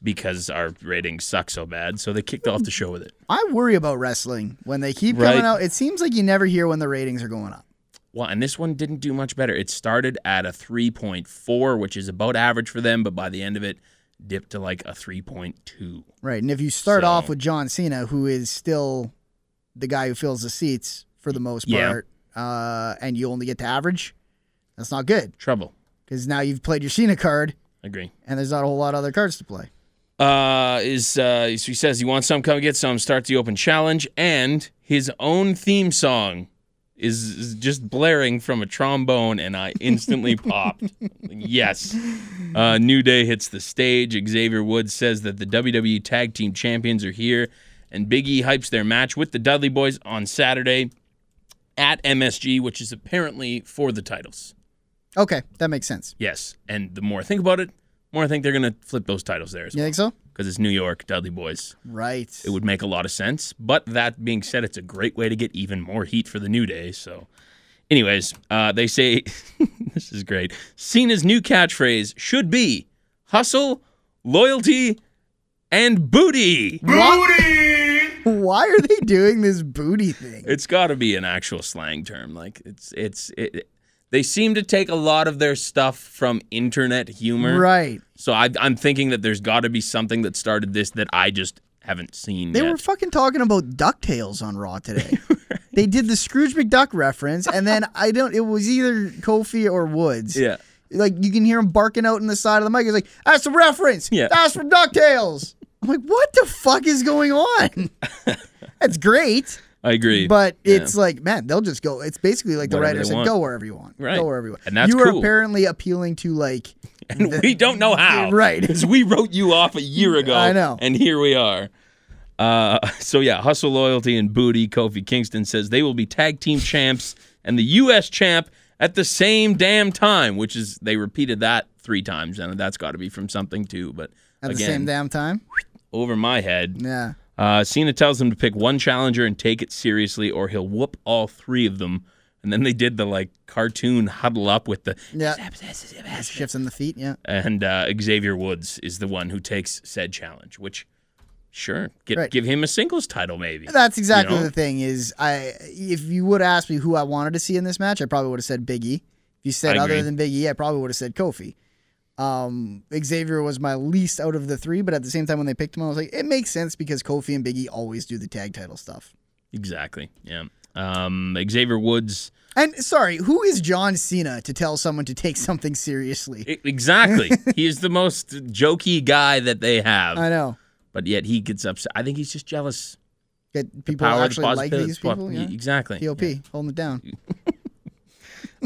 [SPEAKER 1] because our ratings suck so bad. So they kicked off the show with it.
[SPEAKER 2] I worry about wrestling when they keep
[SPEAKER 1] Right.
[SPEAKER 2] coming out. It seems like you never hear when the ratings are going up.
[SPEAKER 1] Well, and this one didn't do much better. It started at a 3.4, which is about average for them, but by the end of it, dipped to like a 3.2.
[SPEAKER 2] Right. And if you start off
[SPEAKER 1] So-
[SPEAKER 2] with John Cena, who is still the guy who fills the seats for the most
[SPEAKER 1] Yeah.
[SPEAKER 2] part, uh, and you only get to average, that's not good
[SPEAKER 1] Trouble.
[SPEAKER 2] because now you've played your Cena card
[SPEAKER 1] Agree.
[SPEAKER 2] and there's not a whole lot of other cards to play.
[SPEAKER 1] uh, is uh, so he says he wants some, come get some, start the open challenge, and his own theme song is, is just blaring from a trombone, and I instantly popped. Yes. Uh, New Day hits the stage. Xavier Woods says that the WWE Tag Team Champions are here, and Big E hypes their match with the Dudley Boys on Saturday at MSG, which is apparently for the titles.
[SPEAKER 2] Okay, that makes sense.
[SPEAKER 1] Yes. And the more I think about it, the more I think they're going to flip those titles there as
[SPEAKER 2] You think so?
[SPEAKER 1] because it's New York, Dudley Boys
[SPEAKER 2] Right.
[SPEAKER 1] it would make a lot of sense. But that being said, it's a great way to get even more heat for the New Day. So, anyways, uh, they say [laughs] this is great. Cena's new catchphrase should be hustle, loyalty, and booty.
[SPEAKER 2] Why are they doing this
[SPEAKER 1] [laughs]
[SPEAKER 2] booty thing?
[SPEAKER 1] It's got to be an actual slang term. Like it's it's it. it- they seem to take a lot of their stuff from internet humor.
[SPEAKER 2] Right.
[SPEAKER 1] So I, I'm thinking that there's got to be something that started this that I just haven't seen
[SPEAKER 2] They
[SPEAKER 1] yet.
[SPEAKER 2] were fucking talking about DuckTales on
[SPEAKER 1] [laughs]
[SPEAKER 2] Raw today. They did the Scrooge McDuck reference, and then I don't. It was either Kofi or Woods.
[SPEAKER 1] yeah.
[SPEAKER 2] Like you can hear him barking out in the side of the mic. He's like, "That's the reference.
[SPEAKER 1] Yeah.
[SPEAKER 2] That's from Ducktales." I'm like, "What the fuck is
[SPEAKER 1] [laughs]
[SPEAKER 2] going on?" That's great,
[SPEAKER 1] I agree.
[SPEAKER 2] but
[SPEAKER 1] Yeah.
[SPEAKER 2] it's like, man, they'll just go. It's basically like the
[SPEAKER 1] Whatever
[SPEAKER 2] writer
[SPEAKER 1] they
[SPEAKER 2] said,
[SPEAKER 1] want.
[SPEAKER 2] "Go wherever you want.
[SPEAKER 1] Right.
[SPEAKER 2] Go wherever you want."
[SPEAKER 1] And that's
[SPEAKER 2] you were
[SPEAKER 1] cool.
[SPEAKER 2] apparently appealing to like
[SPEAKER 1] and we don't
[SPEAKER 2] [laughs]
[SPEAKER 1] know how.
[SPEAKER 2] Right.
[SPEAKER 1] Because we wrote you off a year ago.
[SPEAKER 2] [laughs] I know.
[SPEAKER 1] And here we are. Uh, so, yeah, Hustle Loyalty and Booty. Kofi Kingston says they will be tag team champs and the U.S. champ at the same damn time, which is they repeated that three times, and that's got to be from something too. But
[SPEAKER 2] At
[SPEAKER 1] again,
[SPEAKER 2] the same damn time?
[SPEAKER 1] over my head.
[SPEAKER 2] Yeah.
[SPEAKER 1] Uh, Cena tells them to pick one challenger and take it seriously, or he'll whoop all three of them. And then they did the like cartoon huddle up with the
[SPEAKER 2] Yeah. Shifts in the feet, yeah.
[SPEAKER 1] and uh, Xavier Woods is the one who takes said challenge. Which, sure, get,
[SPEAKER 2] Right.
[SPEAKER 1] give him a singles title maybe.
[SPEAKER 2] That's exactly
[SPEAKER 1] You know?
[SPEAKER 2] the thing is I if you would ask me who I wanted to see in this match, I probably would have said Big E. If you said
[SPEAKER 1] I
[SPEAKER 2] other
[SPEAKER 1] agree.
[SPEAKER 2] than Big E, I probably would have said Kofi. Um, Xavier was my least out of the three, but at the same time when they picked him, I was like, it makes sense because Kofi and Big E always do the tag title stuff.
[SPEAKER 1] exactly. Yeah. Um, Xavier Woods.
[SPEAKER 2] And sorry, who is John Cena to tell someone to take [laughs] something seriously?
[SPEAKER 1] I- e,
[SPEAKER 2] [laughs]
[SPEAKER 1] Exactly. he is the most jokey guy that they have,
[SPEAKER 2] I know.
[SPEAKER 1] but yet he gets upset. I think he's just jealous.
[SPEAKER 2] That
[SPEAKER 1] The
[SPEAKER 2] people
[SPEAKER 1] power of the
[SPEAKER 2] actually like
[SPEAKER 1] positive-
[SPEAKER 2] these people.
[SPEAKER 1] y-
[SPEAKER 2] Yeah.
[SPEAKER 1] Exactly.
[SPEAKER 2] POP, holding it down.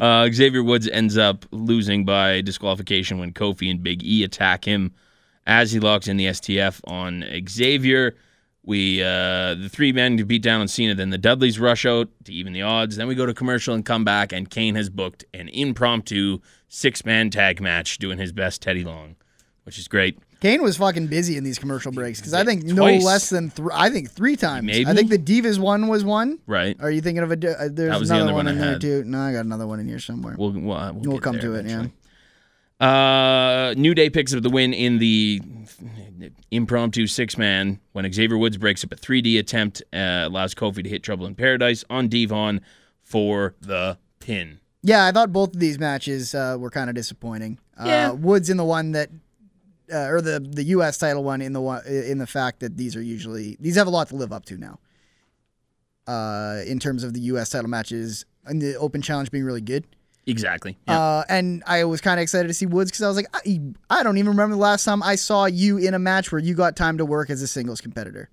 [SPEAKER 1] Uh, Xavier Woods ends up losing by disqualification when Kofi and Big E attack him as he locks in the STF on Xavier. We uh, the three men to beat down on Cena. Then the Dudleys rush out to even the odds. Then we go to commercial and come back, and Kane has booked an impromptu six-man tag match, doing his best Teddy Long, which is great.
[SPEAKER 2] Kane was fucking busy in these commercial breaks because I think
[SPEAKER 1] Twice.
[SPEAKER 2] no less than three. I think three times.
[SPEAKER 1] Maybe?
[SPEAKER 2] I think the Divas one was one.
[SPEAKER 1] Right.
[SPEAKER 2] Are you thinking of a? di- Uh, there's
[SPEAKER 1] That was the
[SPEAKER 2] another
[SPEAKER 1] other
[SPEAKER 2] one,
[SPEAKER 1] one
[SPEAKER 2] in
[SPEAKER 1] I
[SPEAKER 2] there
[SPEAKER 1] had.
[SPEAKER 2] too. No, I got another one in here somewhere.
[SPEAKER 1] We'll we'll, uh, we'll,
[SPEAKER 2] We'll
[SPEAKER 1] get
[SPEAKER 2] come
[SPEAKER 1] there
[SPEAKER 2] to it, yeah.
[SPEAKER 1] eventually. Uh, New Day picks up the win in the impromptu six man when Xavier Woods breaks up a 3D attempt, uh, allows Kofi to hit Trouble in Paradise on Devon for the pin.
[SPEAKER 2] yeah, I thought both of these matches uh, were kind of disappointing.
[SPEAKER 1] Yeah.
[SPEAKER 2] Uh, Woods in the one that, uh, or the the U.S. title one in the one in the fact that these are usually these have a lot to live up to now. Uh, in terms of the U.S. title matches and the Open Challenge being really good.
[SPEAKER 1] Exactly. Yeah.
[SPEAKER 2] Uh, and I was kind of excited to see Woods because I was like, I, I don't even remember the last time I saw you in a match where you got time to work as a singles competitor.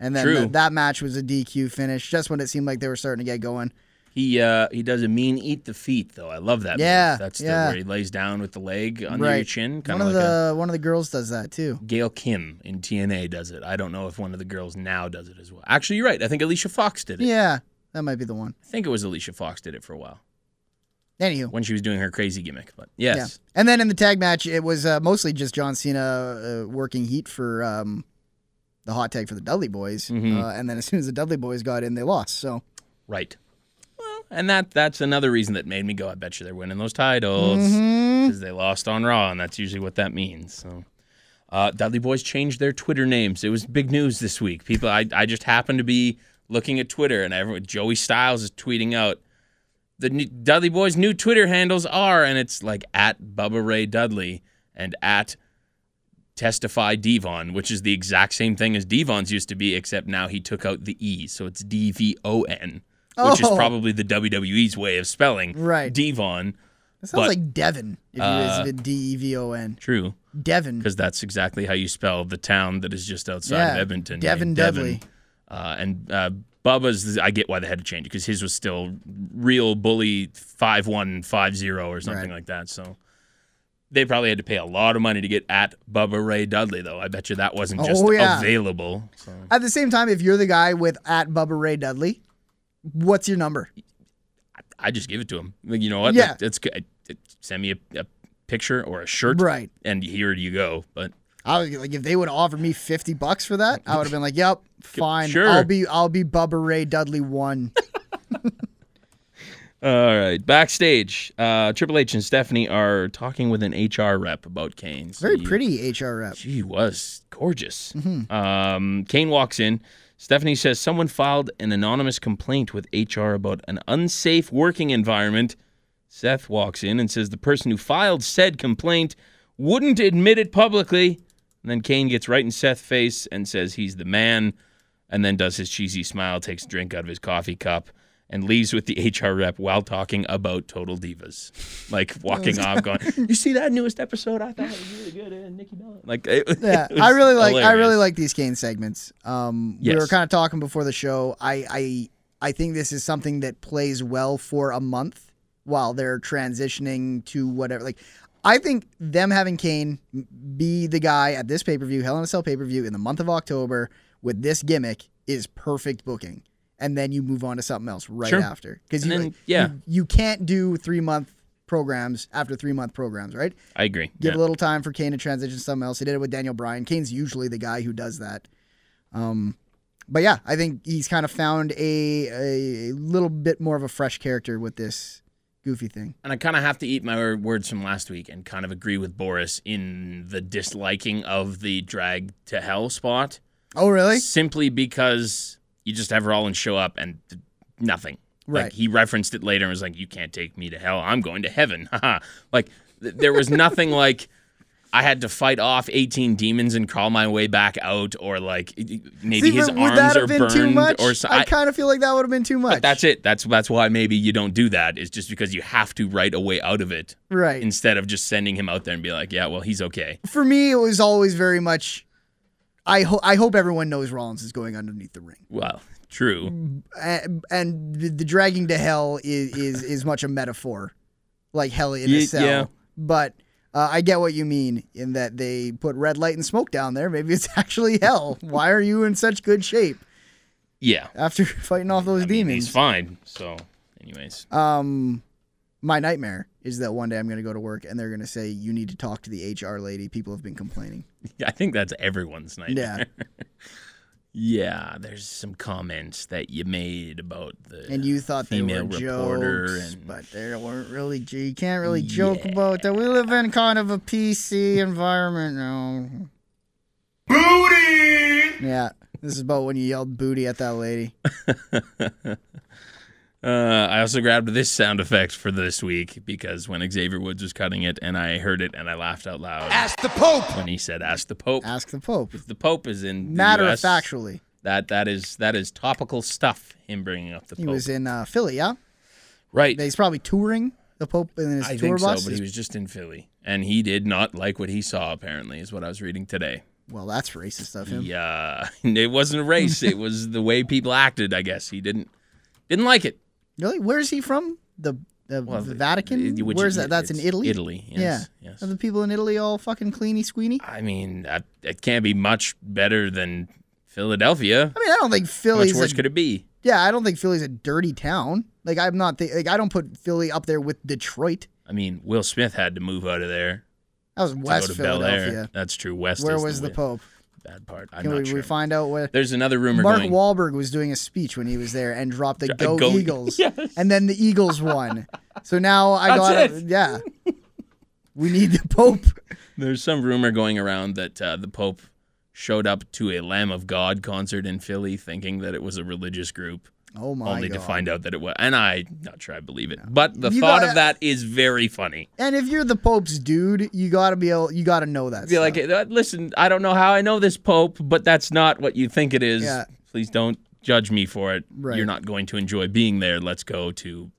[SPEAKER 2] And then
[SPEAKER 1] True.
[SPEAKER 2] th- that match was a DQ finish just when it seemed like they were starting to get going.
[SPEAKER 1] he uh, he does a mean eat the feet though. I love that.
[SPEAKER 2] Yeah,
[SPEAKER 1] move. That's
[SPEAKER 2] yeah.
[SPEAKER 1] the where he lays down with the leg under your
[SPEAKER 2] right.
[SPEAKER 1] chin,
[SPEAKER 2] One
[SPEAKER 1] kind
[SPEAKER 2] of
[SPEAKER 1] of like a
[SPEAKER 2] the one of the girls does that too.
[SPEAKER 1] Gail Kim in TNA does it. I don't know if one of the girls now does it as well. Actually, you're right. I think Alicia Fox did it.
[SPEAKER 2] Yeah, that might be the one.
[SPEAKER 1] I think it was Alicia Fox did it for a while
[SPEAKER 2] Anywho,
[SPEAKER 1] when she was doing her crazy gimmick. But yes,
[SPEAKER 2] yeah. And then in the tag match, it was uh, mostly just John Cena uh, working heat for um, the hot tag for the Dudley Boys.
[SPEAKER 1] Mm-hmm.
[SPEAKER 2] Uh, and then as soon as the Dudley Boys got in, they lost. So
[SPEAKER 1] Right. Well, and that that's another reason that made me go, I bet you they're winning those titles because they lost on Raw, and that's usually what that means. So. Uh, Dudley Boys changed their Twitter names. It was big news this week. People, I, I just happened to be looking at Twitter, and everyone, Joey Styles is tweeting out the new, Dudley Boys' new Twitter handles are, and it's like at Bubba Ray Dudley and at Testify Devon, which is the exact same thing as Devon's used to be, except now he took out the E, so it's D V O N, which is
[SPEAKER 2] Oh.
[SPEAKER 1] probably the WWE's way of spelling
[SPEAKER 2] Right.
[SPEAKER 1] Devon.
[SPEAKER 2] it sounds
[SPEAKER 1] But-
[SPEAKER 2] like Devon if
[SPEAKER 1] Uh,
[SPEAKER 2] you visit D E V O N.
[SPEAKER 1] True,
[SPEAKER 2] Devon.
[SPEAKER 1] because that's exactly how you spell the town that is just outside of Edmonton.
[SPEAKER 2] Devin
[SPEAKER 1] named
[SPEAKER 2] Dudley.
[SPEAKER 1] Uh, and uh, Bubba's, I get why they had to change it because his was still real bully 5150 or something
[SPEAKER 2] Right.
[SPEAKER 1] like that. So they probably had to pay a lot of money to get at Bubba Ray Dudley, though. I bet you that wasn't just
[SPEAKER 2] Oh, yeah.
[SPEAKER 1] available. So.
[SPEAKER 2] At the same time, if you're the guy with at Bubba Ray Dudley, what's your number?
[SPEAKER 1] I just give it to him. Like, you know what?
[SPEAKER 2] Yeah.
[SPEAKER 1] That's good. Send me a, a picture or a shirt.
[SPEAKER 2] Right.
[SPEAKER 1] And here you go. But
[SPEAKER 2] I was like, if they would have offered me fifty bucks for that, I would have been like, "Yep, fine.
[SPEAKER 1] Sure.
[SPEAKER 2] I'll be, I'll be Bubba Ray Dudley one."
[SPEAKER 1] all right. Backstage, uh, Triple H and Stephanie are talking with an HR rep about Kane's. [laughs]
[SPEAKER 2] Very pretty Mm-hmm. HR rep.
[SPEAKER 1] She was gorgeous. Um, Kane walks in. Stephanie says someone filed an anonymous complaint with HR about an unsafe working environment. Seth walks in and says the person who filed said complaint wouldn't admit it publicly. And then Kane gets right in Seth's face and says he's the man, and then does his cheesy smile, takes a drink out of his coffee cup, and leaves with the HR rep while talking about Total Divas. Like
[SPEAKER 2] [laughs]
[SPEAKER 1] walking off, going, You see that newest episode? I thought it was really good. And Nikki Bella. Like, it,
[SPEAKER 2] Yeah,
[SPEAKER 1] [laughs] it was
[SPEAKER 2] I really like, I
[SPEAKER 1] hilarious.
[SPEAKER 2] really like these Kane segments. Um, we
[SPEAKER 1] Yes.
[SPEAKER 2] were kind of talking before the show. I, I, I think this is something that plays well for a month while they're transitioning to whatever. Like, I think them having Kane be the guy at this pay per view, Hell in a Cell pay per view in the month of October with this gimmick is perfect booking. and then you move on to something else right
[SPEAKER 1] Sure.
[SPEAKER 2] after because
[SPEAKER 1] And
[SPEAKER 2] you,
[SPEAKER 1] then-
[SPEAKER 2] like,
[SPEAKER 1] yeah.
[SPEAKER 2] you you can't do three month programs after three month programs right
[SPEAKER 1] I agree.
[SPEAKER 2] give
[SPEAKER 1] Yeah.
[SPEAKER 2] a little time for Kane to transition to something else. He did it with Daniel Bryan. Kane's usually the guy who does that. Um, but yeah, I think he's kind of found a a little bit more of a fresh character with this goofy thing.
[SPEAKER 1] and I kind of have to eat my words from last week and kind of agree with Boris in the disliking of the drag to hell spot,
[SPEAKER 2] Oh, really?
[SPEAKER 1] simply because you just have Rollins show up and th- nothing.
[SPEAKER 2] Right.
[SPEAKER 1] Like he referenced it later and was like, "You can't take me to hell. I'm going to heaven." [laughs] Haha. like th- there was nothing [laughs] like. I had to fight off 18 demons and crawl my way back out, or like i- i- maybe his
[SPEAKER 2] would
[SPEAKER 1] arms
[SPEAKER 2] that
[SPEAKER 1] are
[SPEAKER 2] have been
[SPEAKER 1] burned,
[SPEAKER 2] too much?
[SPEAKER 1] or so-
[SPEAKER 2] I kind of feel like that would have been too much.
[SPEAKER 1] but that's it. That's that's why maybe you don't do that. Is just because you have to write a way out of it
[SPEAKER 2] Right.
[SPEAKER 1] instead of just sending him out there and be like, yeah, well, he's okay.
[SPEAKER 2] For me, it was always very much. I hope I hope everyone knows Rollins is going underneath the ring,
[SPEAKER 1] Well,
[SPEAKER 2] Mm.
[SPEAKER 1] true.
[SPEAKER 2] and, and the, the dragging to hell is is is much a metaphor, like hell in
[SPEAKER 1] Ye-
[SPEAKER 2] a cell.
[SPEAKER 1] yeah.
[SPEAKER 2] But uh, I get what you mean in that they put red light and smoke down there. Maybe it's [laughs] actually hell. Why are you in such good shape
[SPEAKER 1] Yeah.
[SPEAKER 2] after [laughs] fighting off those
[SPEAKER 1] I mean, he's
[SPEAKER 2] demons?
[SPEAKER 1] fine. So, anyways,
[SPEAKER 2] Um, my nightmare is that one day I'm going to go to work and they're going to say you need to talk to the HR lady. People have been complaining.
[SPEAKER 1] I think that's everyone's nightmare. [laughs]
[SPEAKER 2] Yeah.
[SPEAKER 1] Yeah, there's some comments that you made about the
[SPEAKER 2] and you thought they were
[SPEAKER 1] female reporter
[SPEAKER 2] jokes,
[SPEAKER 1] and
[SPEAKER 2] but they weren't really. j- You can't really joke about that. We live in kind of a PC environment now. Booty. Yeah, this is about when you yelled booty at that lady.
[SPEAKER 1] Uh, I also grabbed this sound effect for this week because when Xavier Woods was cutting it and I heard it and I laughed out loud. Ask the Pope when he said, "Ask the Pope."
[SPEAKER 2] Ask the Pope.
[SPEAKER 1] [laughs] the Pope is in the
[SPEAKER 2] Matter of
[SPEAKER 1] US.
[SPEAKER 2] factually,
[SPEAKER 1] That that is that is topical stuff. Him bringing up the
[SPEAKER 2] he
[SPEAKER 1] Pope,
[SPEAKER 2] was in uh, Philly. Yeah,
[SPEAKER 1] right?
[SPEAKER 2] he's probably touring the Pope in his
[SPEAKER 1] I
[SPEAKER 2] tour
[SPEAKER 1] think so,
[SPEAKER 2] bus.
[SPEAKER 1] but he was just in Philly, and he did not like what he saw. Apparently, is what I was reading today.
[SPEAKER 2] well, that's racist of him.
[SPEAKER 1] Yeah, [laughs] it wasn't a race; it was the way people acted. I guess he didn't didn't like it.
[SPEAKER 2] Really? Where is he from? The the, the Vatican?
[SPEAKER 1] it- which
[SPEAKER 2] Where's
[SPEAKER 1] is-
[SPEAKER 2] that? That's in
[SPEAKER 1] it's
[SPEAKER 2] Italy.
[SPEAKER 1] Italy, yes,
[SPEAKER 2] yeah.
[SPEAKER 1] yes.
[SPEAKER 2] Are the people in Italy all fucking cleany squeeny?
[SPEAKER 1] I mean, that it can't be much better than Philadelphia.
[SPEAKER 2] I mean, I don't think
[SPEAKER 1] How much
[SPEAKER 2] Philly's
[SPEAKER 1] worse
[SPEAKER 2] a,
[SPEAKER 1] could it be?
[SPEAKER 2] yeah, I don't think Philly's a dirty town. Like I'm not thi- like I don't put Philly up there with Detroit.
[SPEAKER 1] I mean, Will Smith had to move out of there
[SPEAKER 2] That was
[SPEAKER 1] to
[SPEAKER 2] West
[SPEAKER 1] go to Bel Air.
[SPEAKER 2] Philadelphia.
[SPEAKER 1] That's true. West.
[SPEAKER 2] Where
[SPEAKER 1] is
[SPEAKER 2] was the,
[SPEAKER 1] wi-
[SPEAKER 2] Pope?
[SPEAKER 1] Bad part. I'm
[SPEAKER 2] Can
[SPEAKER 1] not
[SPEAKER 2] we,
[SPEAKER 1] sure.
[SPEAKER 2] we find out what
[SPEAKER 1] There's another rumor
[SPEAKER 2] Mark
[SPEAKER 1] going.
[SPEAKER 2] Wahlberg was doing a speech when he was there and
[SPEAKER 1] [laughs]
[SPEAKER 2] dropped the Go,
[SPEAKER 1] Go-
[SPEAKER 2] Eagles. And then the Eagles won. So now I
[SPEAKER 1] That's it.
[SPEAKER 2] got yeah.
[SPEAKER 1] [laughs]
[SPEAKER 2] We need the Pope.
[SPEAKER 1] There's some rumor going around that uh, the Pope showed up to a Lamb of God concert in Philly, thinking that it was a religious group,
[SPEAKER 2] Oh my
[SPEAKER 1] only
[SPEAKER 2] god.
[SPEAKER 1] to find out that it was. And I'm not sure I believe it, but the
[SPEAKER 2] You
[SPEAKER 1] thought
[SPEAKER 2] gotta-
[SPEAKER 1] of that is very funny.
[SPEAKER 2] and if you're the Pope's dude, you gotta be able you gotta know that.
[SPEAKER 1] Be
[SPEAKER 2] stuff.
[SPEAKER 1] like, "Uh, listen, I don't know how I know this Pope, but that's not what you think it is.
[SPEAKER 2] Yeah.
[SPEAKER 1] Please don't judge me for it.
[SPEAKER 2] Right.
[SPEAKER 1] You're not going to enjoy being there. Let's go to.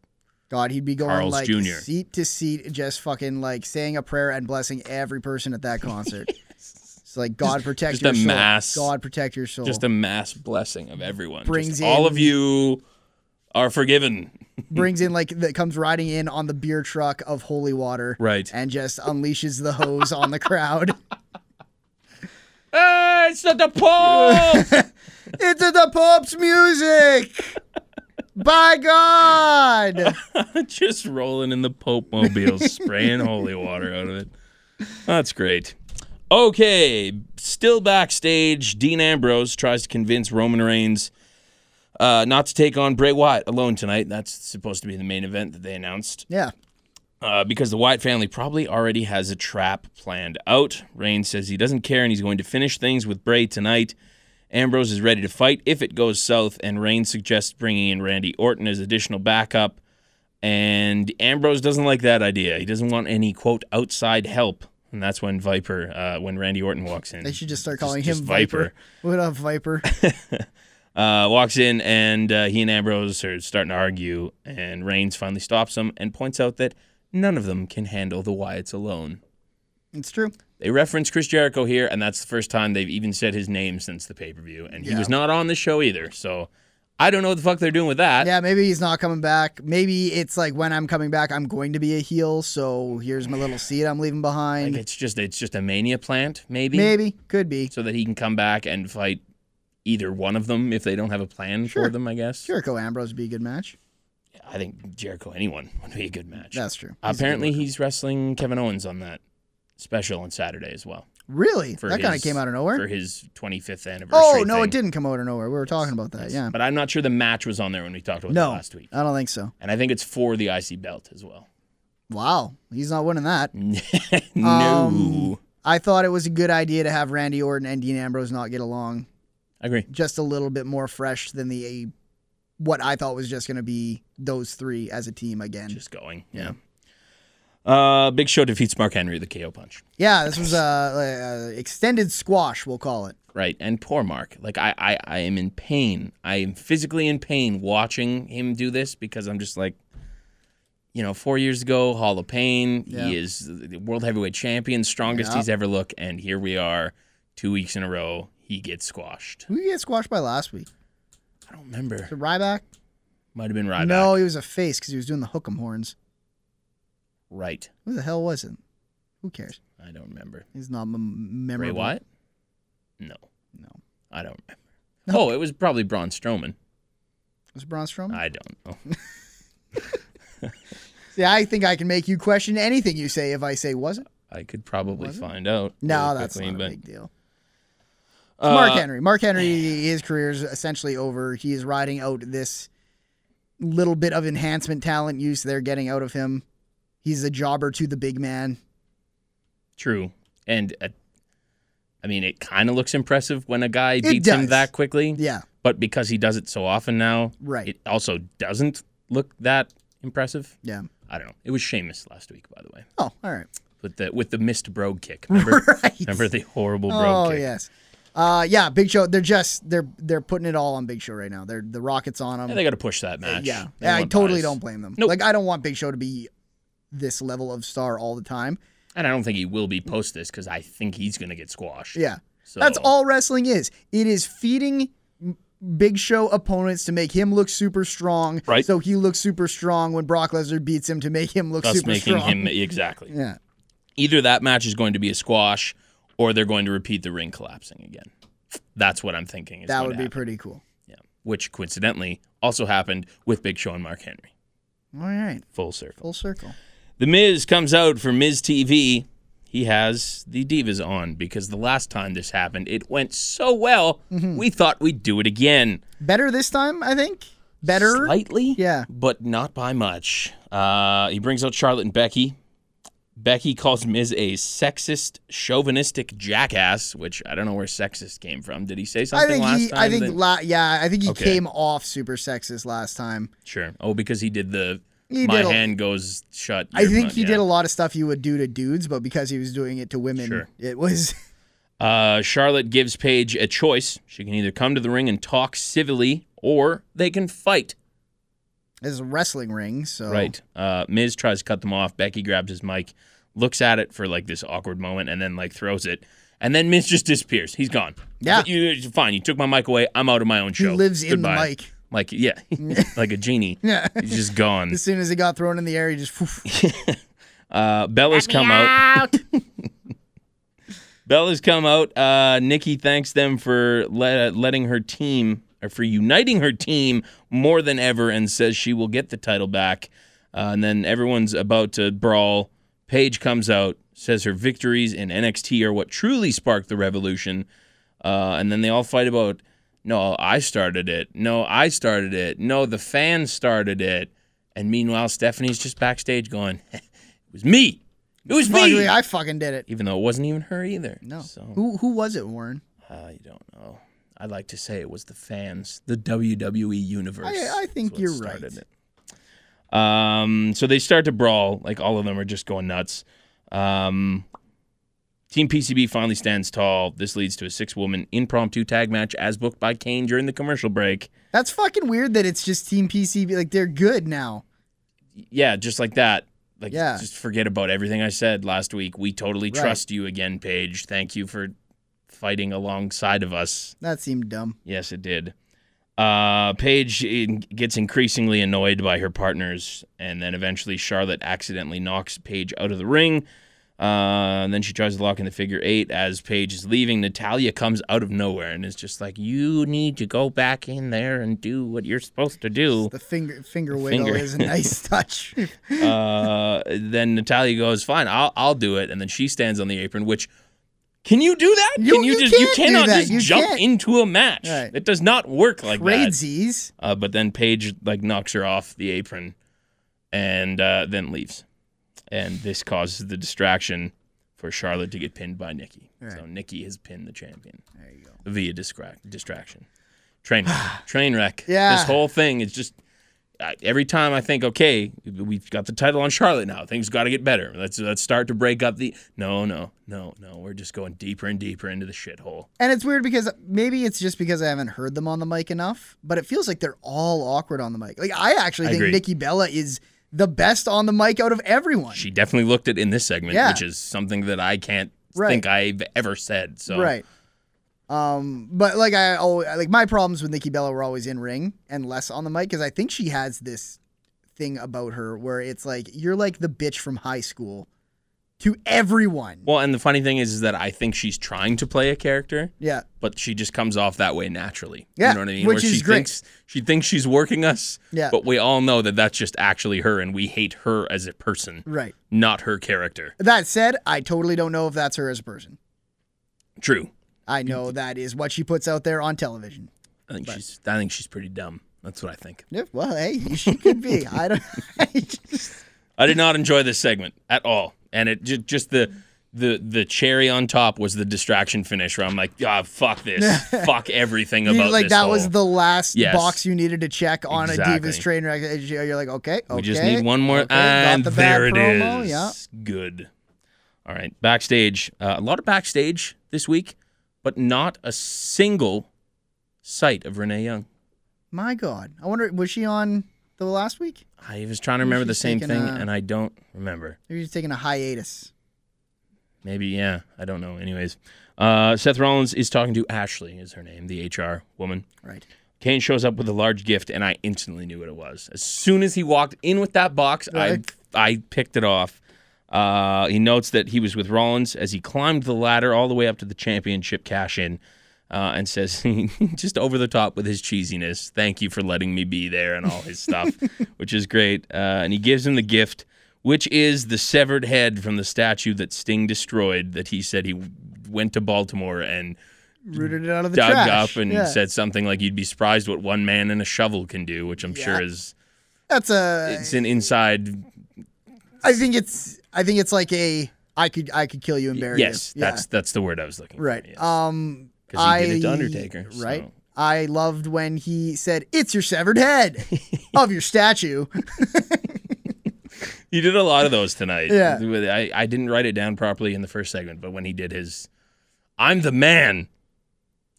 [SPEAKER 2] God, he'd be going
[SPEAKER 1] Carl's
[SPEAKER 2] like
[SPEAKER 1] Jr..
[SPEAKER 2] seat to seat, just fucking like saying a prayer and blessing every person at
[SPEAKER 1] [laughs]
[SPEAKER 2] that concert. It's like God protect
[SPEAKER 1] just
[SPEAKER 2] your
[SPEAKER 1] a
[SPEAKER 2] soul.
[SPEAKER 1] mass-
[SPEAKER 2] God protect your soul.
[SPEAKER 1] Just a mass blessing of everyone. Just
[SPEAKER 2] Oh. Brings
[SPEAKER 1] all
[SPEAKER 2] in-
[SPEAKER 1] of you are forgiven.
[SPEAKER 2] Brings in like that comes riding in on the beer truck of holy water,
[SPEAKER 1] Right.
[SPEAKER 2] And just unleashes the hose on the crowd. [laughs]
[SPEAKER 1] Hey, it's not the Pope.
[SPEAKER 2] [laughs] Into the Pope's music. By God,
[SPEAKER 1] [laughs] just rolling in the Pope mobile, spraying holy water out of it. That's great. Okay, still backstage. Dean Ambrose tries to convince Roman Reigns uh, not to take on Bray Wyatt alone tonight. That's supposed to be the main event that they announced
[SPEAKER 2] yeah.
[SPEAKER 1] uh, because the Wyatt family probably already has a trap planned out. Reigns says he doesn't care and he's going to finish things with Bray tonight. Ambrose is ready to fight if it goes south, and Reigns suggests bringing in Randy Orton as additional backup. And Ambrose doesn't like that idea. He doesn't want any quote outside help, and that's when Viper, uh, when Randy Orton walks in,
[SPEAKER 2] They should just start calling
[SPEAKER 1] just
[SPEAKER 2] him
[SPEAKER 1] Viper.
[SPEAKER 2] What up, Viper?
[SPEAKER 1] uh, walks in, and uh, he and Ambrose are starting to argue, and Reigns finally stops him and points out that none of them can handle the Wyatts alone.
[SPEAKER 2] It's true.
[SPEAKER 1] They reference Chris Jericho here, and that's the first time they've even said his name since the pay per view. And he was not on the show either. So I don't know what the fuck they're doing with that.
[SPEAKER 2] Yeah, maybe he's not coming back. Maybe it's like when I'm coming back, I'm going to be a heel. So here's my little seed I'm leaving behind.
[SPEAKER 1] Like, it's just it's just a mania plant, maybe,
[SPEAKER 2] maybe could be.
[SPEAKER 1] so that he can come back and fight either one of them if they don't have a plan
[SPEAKER 2] Sure.
[SPEAKER 1] for them. I guess.
[SPEAKER 2] Jericho Ambrose would be a good match.
[SPEAKER 1] I think Jericho anyone would be a good match.
[SPEAKER 2] That's true. He's a good
[SPEAKER 1] Apparently,
[SPEAKER 2] worker.
[SPEAKER 1] he's wrestling Kevin Owens on that special on Saturday as well.
[SPEAKER 2] really
[SPEAKER 1] for
[SPEAKER 2] that kind of
[SPEAKER 1] his-
[SPEAKER 2] came out of nowhere.
[SPEAKER 1] for his 25th anniversary.
[SPEAKER 2] oh no,
[SPEAKER 1] thing.
[SPEAKER 2] it didn't come out of nowhere. We were talking about that. Yeah.
[SPEAKER 1] But I'm not sure the match was on there when we talked about
[SPEAKER 2] No,
[SPEAKER 1] it last week.
[SPEAKER 2] I don't think so.
[SPEAKER 1] And I think it's for the IC belt as well. [laughs]
[SPEAKER 2] Wow, he's not winning that.
[SPEAKER 1] no.
[SPEAKER 2] Um, I thought it was a good idea to have Randy Orton and Dean Ambrose not get along.
[SPEAKER 1] I agree.
[SPEAKER 2] Just a little bit more fresh than the what I thought was just going to be those three as a team again.
[SPEAKER 1] Just going. Yeah. Uh, Big Show defeats Mark Henry with the KO punch.
[SPEAKER 2] yeah, this was a, a extended squash, we'll call it.
[SPEAKER 1] Right. And poor Mark. Like, I, I, I am in pain. I am physically in pain watching him do this because I'm just like, you know, four years ago, Hall of Pain.
[SPEAKER 2] Yeah.
[SPEAKER 1] He is the world heavyweight champion, strongest
[SPEAKER 2] Yeah.
[SPEAKER 1] he's ever looked. And here we are, two weeks in a row. He gets squashed.
[SPEAKER 2] Who did he get squashed by last week?
[SPEAKER 1] I don't remember.
[SPEAKER 2] The Ryback?
[SPEAKER 1] Might have been Ryback.
[SPEAKER 2] No, he was a face because he was doing the hook'em horns.
[SPEAKER 1] Right.
[SPEAKER 2] Who the hell was it? Who cares?
[SPEAKER 1] I don't remember.
[SPEAKER 2] He's not mem-
[SPEAKER 1] Ray
[SPEAKER 2] memorable.
[SPEAKER 1] Wyatt? No,
[SPEAKER 2] No. It
[SPEAKER 1] I don't remember. Oh, it was probably Braun Strowman.
[SPEAKER 2] was Braun Strowman?
[SPEAKER 1] I don't know.
[SPEAKER 2] [laughs] See, I think I can make you question anything you say if I say was it.
[SPEAKER 1] I could probably find out.
[SPEAKER 2] No,
[SPEAKER 1] really
[SPEAKER 2] that's
[SPEAKER 1] quickly,
[SPEAKER 2] not a
[SPEAKER 1] but-
[SPEAKER 2] big deal.
[SPEAKER 1] Uh,
[SPEAKER 2] It's Mark Henry. Mark Henry, his career is essentially over. He is riding out this little bit of enhancement talent use they're getting out of him. He's a jobber to the big man.
[SPEAKER 1] True, and uh, I mean, it kind of looks impressive when a guy beats him
[SPEAKER 2] does.
[SPEAKER 1] that quickly.
[SPEAKER 2] Yeah,
[SPEAKER 1] But because he does it so often now,
[SPEAKER 2] Right.
[SPEAKER 1] It also doesn't look that impressive.
[SPEAKER 2] yeah.
[SPEAKER 1] I don't know. It was Sheamus last week, by the way,
[SPEAKER 2] Oh, all right.
[SPEAKER 1] with the with the missed brogue kick.
[SPEAKER 2] [laughs]
[SPEAKER 1] Remember,
[SPEAKER 2] Right.
[SPEAKER 1] remember the horrible brogue
[SPEAKER 2] Oh
[SPEAKER 1] kick.
[SPEAKER 2] yes. Uh, yeah. Big Show. They're just they're they're putting it all on Big Show right now. They're the rockets on him.
[SPEAKER 1] Yeah, they got to push that match.
[SPEAKER 2] Yeah,
[SPEAKER 1] They
[SPEAKER 2] I
[SPEAKER 1] want
[SPEAKER 2] totally
[SPEAKER 1] buys.
[SPEAKER 2] don't blame them.
[SPEAKER 1] Nope.
[SPEAKER 2] Like I don't want Big Show to be this level of star all the time.
[SPEAKER 1] And I don't think he will be post this because I think he's going to get squashed.
[SPEAKER 2] Yeah,
[SPEAKER 1] So,
[SPEAKER 2] that's all wrestling is. It is feeding m- Big Show opponents to make him look super strong.
[SPEAKER 1] Right.
[SPEAKER 2] So he looks super strong when Brock Lesnar beats him to make him look
[SPEAKER 1] Thus
[SPEAKER 2] super
[SPEAKER 1] making
[SPEAKER 2] strong.
[SPEAKER 1] him exactly.
[SPEAKER 2] [laughs] yeah.
[SPEAKER 1] Either that match is going to be a squash, or they're going to repeat the ring collapsing again. That's what I'm thinking. Is
[SPEAKER 2] That
[SPEAKER 1] going
[SPEAKER 2] would
[SPEAKER 1] to
[SPEAKER 2] be
[SPEAKER 1] happen.
[SPEAKER 2] pretty cool.
[SPEAKER 1] Yeah. Which coincidentally also happened with Big Show and Mark Henry.
[SPEAKER 2] All right.
[SPEAKER 1] Full circle.
[SPEAKER 2] Full circle.
[SPEAKER 1] The Miz comes out for Miz TV. He has the divas on because the last time this happened, it went so well.
[SPEAKER 2] Mm-hmm.
[SPEAKER 1] We thought we'd do it again.
[SPEAKER 2] Better this time, I think. Better.
[SPEAKER 1] slightly,
[SPEAKER 2] Yeah.
[SPEAKER 1] but not by much. Uh, he brings out Charlotte and Becky. Becky calls Miz a sexist, chauvinistic jackass, which I don't know where sexist came from. Did he say
[SPEAKER 2] I
[SPEAKER 1] something
[SPEAKER 2] think
[SPEAKER 1] last
[SPEAKER 2] he.
[SPEAKER 1] time?
[SPEAKER 2] I think.
[SPEAKER 1] that-
[SPEAKER 2] La- yeah. I think he
[SPEAKER 1] Okay.
[SPEAKER 2] came off super sexist last time.
[SPEAKER 1] sure. Oh, because he did the
[SPEAKER 2] He
[SPEAKER 1] my
[SPEAKER 2] did a-
[SPEAKER 1] hand goes shut.
[SPEAKER 2] I
[SPEAKER 1] your
[SPEAKER 2] think
[SPEAKER 1] mouth-
[SPEAKER 2] he
[SPEAKER 1] yeah.
[SPEAKER 2] did a lot of stuff you would do to dudes, but because he was doing it to women,
[SPEAKER 1] Sure.
[SPEAKER 2] it was [laughs]
[SPEAKER 1] Uh, Charlotte gives Paige a choice. She can either come to the ring and talk civilly, or they can fight.
[SPEAKER 2] it's a wrestling ring. So
[SPEAKER 1] Right. Uh, Miz tries to cut them off. Becky grabs his mic, looks at it for like this awkward moment, and then like throws it. And then Miz just disappears. He's gone.
[SPEAKER 2] Yeah.
[SPEAKER 1] You, you- fine. You took my mic away. I'm out of my own
[SPEAKER 2] he
[SPEAKER 1] show.
[SPEAKER 2] lives in
[SPEAKER 1] Goodbye.
[SPEAKER 2] the mic.
[SPEAKER 1] Like yeah, [laughs] like a genie.
[SPEAKER 2] [laughs] [laughs] Yeah.
[SPEAKER 1] He's just
[SPEAKER 2] [laughs]
[SPEAKER 1] gone.
[SPEAKER 2] As soon as it got thrown in the air, he just.
[SPEAKER 1] [laughs]
[SPEAKER 2] [laughs] poof.
[SPEAKER 1] Uh, Bella's come out. Bella's come out. Uh, Nikki thanks them for le- letting her team or for uniting her team more than ever, and says she will get the title back. Uh, and then everyone's about to brawl. Paige comes out, says her victories in NXT are what truly sparked the revolution. Uh, and then they all fight about, no, I started it. No, I started it. No, the fans started it. And meanwhile, Stephanie's just backstage going, [laughs] it was me. It was
[SPEAKER 2] Fuck,
[SPEAKER 1] me.
[SPEAKER 2] I fucking did it.
[SPEAKER 1] Even though it wasn't even her either.
[SPEAKER 2] No.
[SPEAKER 1] So
[SPEAKER 2] Who who was it, Warren?
[SPEAKER 1] I don't know. I'd like to say it was the fans, the WWE universe.
[SPEAKER 2] I- I
[SPEAKER 1] is
[SPEAKER 2] think
[SPEAKER 1] what
[SPEAKER 2] you're
[SPEAKER 1] started
[SPEAKER 2] right.
[SPEAKER 1] it. Um, so they start to brawl. Like all of them are just going nuts. Um, Team PCB finally stands tall. This leads to a six-woman impromptu tag match, as booked by Kane during the commercial break.
[SPEAKER 2] That's fucking weird that it's just Team PCB. Like they're good now.
[SPEAKER 1] yeah, just like that. Like,
[SPEAKER 2] Yeah.
[SPEAKER 1] just forget about everything I said last week. We totally
[SPEAKER 2] Right.
[SPEAKER 1] trust you again, Paige. Thank you for fighting alongside of us.
[SPEAKER 2] That seemed dumb.
[SPEAKER 1] Yes, it did. Uh, Paige in- gets increasingly annoyed by her partners, and then eventually Charlotte accidentally knocks Paige out of the ring. Uh, and then she tries to lock in the figure eight as Paige is leaving. Natalia comes out of nowhere and is just like, "You need to go back in there and do what you're supposed to
[SPEAKER 2] [laughs]
[SPEAKER 1] do."
[SPEAKER 2] The finger finger wiggle
[SPEAKER 1] Finger.
[SPEAKER 2] is a
[SPEAKER 1] [laughs]
[SPEAKER 2] nice touch.
[SPEAKER 1] Uh, then Natalia goes, "Fine, I'll I'll do it." And then she stands on the apron, which can you do that?
[SPEAKER 2] You-
[SPEAKER 1] can you,
[SPEAKER 2] you
[SPEAKER 1] just you
[SPEAKER 2] can't do
[SPEAKER 1] cannot
[SPEAKER 2] that.
[SPEAKER 1] just
[SPEAKER 2] You
[SPEAKER 1] jump
[SPEAKER 2] can't.
[SPEAKER 1] into a match?
[SPEAKER 2] Right.
[SPEAKER 1] It does not work like that.
[SPEAKER 2] Crazies.
[SPEAKER 1] Uh, but then Paige like knocks her off the apron, and uh, then leaves. And this causes the distraction for Charlotte to get pinned by Nikki. So Nikki has pinned the champion. There you go. Via distract distraction. Train wreck. [sighs] train wreck.
[SPEAKER 2] Yeah.
[SPEAKER 1] This whole thing is just. I, every time I think, okay, we've got the title on Charlotte now. Things got to get better. Let's let's start to break up the. No, no, no, no. We're just going deeper and deeper into the shithole.
[SPEAKER 2] And it's weird because maybe it's just because I haven't heard them on the mic enough, but it feels like they're all awkward on the mic. Like I actually
[SPEAKER 1] I
[SPEAKER 2] think
[SPEAKER 1] agree.
[SPEAKER 2] Nikki Bella is the best on the mic out of everyone.
[SPEAKER 1] She definitely looked it in this segment,
[SPEAKER 2] Yeah.
[SPEAKER 1] which is something that I can't
[SPEAKER 2] Right.
[SPEAKER 1] think I've ever said. So
[SPEAKER 2] Right. Um, but like I always like my problems with Nikki Bella were always in ring and less on the mic because I think she has this thing about her where it's like you're like the bitch from high school to everyone.
[SPEAKER 1] Well, and the funny thing is, is that I think she's trying to play a character,
[SPEAKER 2] yeah.
[SPEAKER 1] but she just comes off that way naturally.
[SPEAKER 2] Yeah,
[SPEAKER 1] you know what I mean?
[SPEAKER 2] which
[SPEAKER 1] Where
[SPEAKER 2] is
[SPEAKER 1] she
[SPEAKER 2] great.
[SPEAKER 1] thinks she thinks she's working us,
[SPEAKER 2] Yeah.
[SPEAKER 1] but we all know that that's just actually her, and we hate her as a person,
[SPEAKER 2] Right.
[SPEAKER 1] not her character.
[SPEAKER 2] That said, I totally don't know if that's her as a person.
[SPEAKER 1] True.
[SPEAKER 2] I know that is what she puts out there on television.
[SPEAKER 1] I think she's. I think she's pretty dumb. That's what I think.
[SPEAKER 2] Yeah, well, hey, she could be. I don't. [laughs] I just-
[SPEAKER 1] I did not enjoy this segment at all, and it just, just the the the cherry on top was the distraction finish, where I'm like, ah, fuck
[SPEAKER 2] [laughs]
[SPEAKER 1] this, fuck everything
[SPEAKER 2] you-
[SPEAKER 1] [laughs] about
[SPEAKER 2] like
[SPEAKER 1] this.
[SPEAKER 2] that
[SPEAKER 1] whole-
[SPEAKER 2] was the last
[SPEAKER 1] Yes.
[SPEAKER 2] box you needed to check on
[SPEAKER 1] Exactly.
[SPEAKER 2] a Divas train wreck. And You're like, okay, okay.
[SPEAKER 1] We just need one more,
[SPEAKER 2] okay, got
[SPEAKER 1] and
[SPEAKER 2] the bad
[SPEAKER 1] there it is.
[SPEAKER 2] promo, Yeah.
[SPEAKER 1] Good. All right, backstage. Uh, a lot of backstage this week, but not a single sight of Renee Young.
[SPEAKER 2] My God, I wonder was she on the last week?
[SPEAKER 1] I was trying to remember the
[SPEAKER 2] she's
[SPEAKER 1] same
[SPEAKER 2] taking
[SPEAKER 1] thing,
[SPEAKER 2] a-
[SPEAKER 1] and I don't remember.
[SPEAKER 2] Maybe she's taking a hiatus.
[SPEAKER 1] Maybe, yeah, I don't know. Anyways, uh, Seth Rollins is talking to Ashley, is her name, the HR woman.
[SPEAKER 2] Right.
[SPEAKER 1] Kane shows up with a large gift, and I instantly knew what it was. As soon as he walked in with that box,
[SPEAKER 2] Right.
[SPEAKER 1] I I picked it off. Uh, he notes that he was with Rollins as he climbed the ladder all the way up to the championship cash in, uh, and says [laughs] just over the top with his cheesiness, "Thank you for letting me be there," and all his stuff, which is great. Uh, and he gives him the gift, which is the severed head from the statue that Sting destroyed. That he said he went to Baltimore and
[SPEAKER 2] Rooted it out of the
[SPEAKER 1] dug
[SPEAKER 2] trash.
[SPEAKER 1] up and
[SPEAKER 2] Yeah.
[SPEAKER 1] said something like you'd be surprised what one man and a shovel can do, which I'm sure is
[SPEAKER 2] "That's a."
[SPEAKER 1] it's an inside
[SPEAKER 2] I think it's. I think it's like a. I could. I could kill you and bury
[SPEAKER 1] yes,
[SPEAKER 2] you. Yeah.
[SPEAKER 1] that's that's the word I was looking
[SPEAKER 2] right.
[SPEAKER 1] for.
[SPEAKER 2] Um.
[SPEAKER 1] 'Cause he did it to
[SPEAKER 2] I-
[SPEAKER 1] Undertaker,
[SPEAKER 2] Right.
[SPEAKER 1] so.
[SPEAKER 2] I loved when he said, "It's your
[SPEAKER 1] [laughs]
[SPEAKER 2] severed head of your statue."
[SPEAKER 1] You did a lot of those tonight.
[SPEAKER 2] Yeah.
[SPEAKER 1] I, I didn't write it down properly in the first segment, but when he did his I'm the man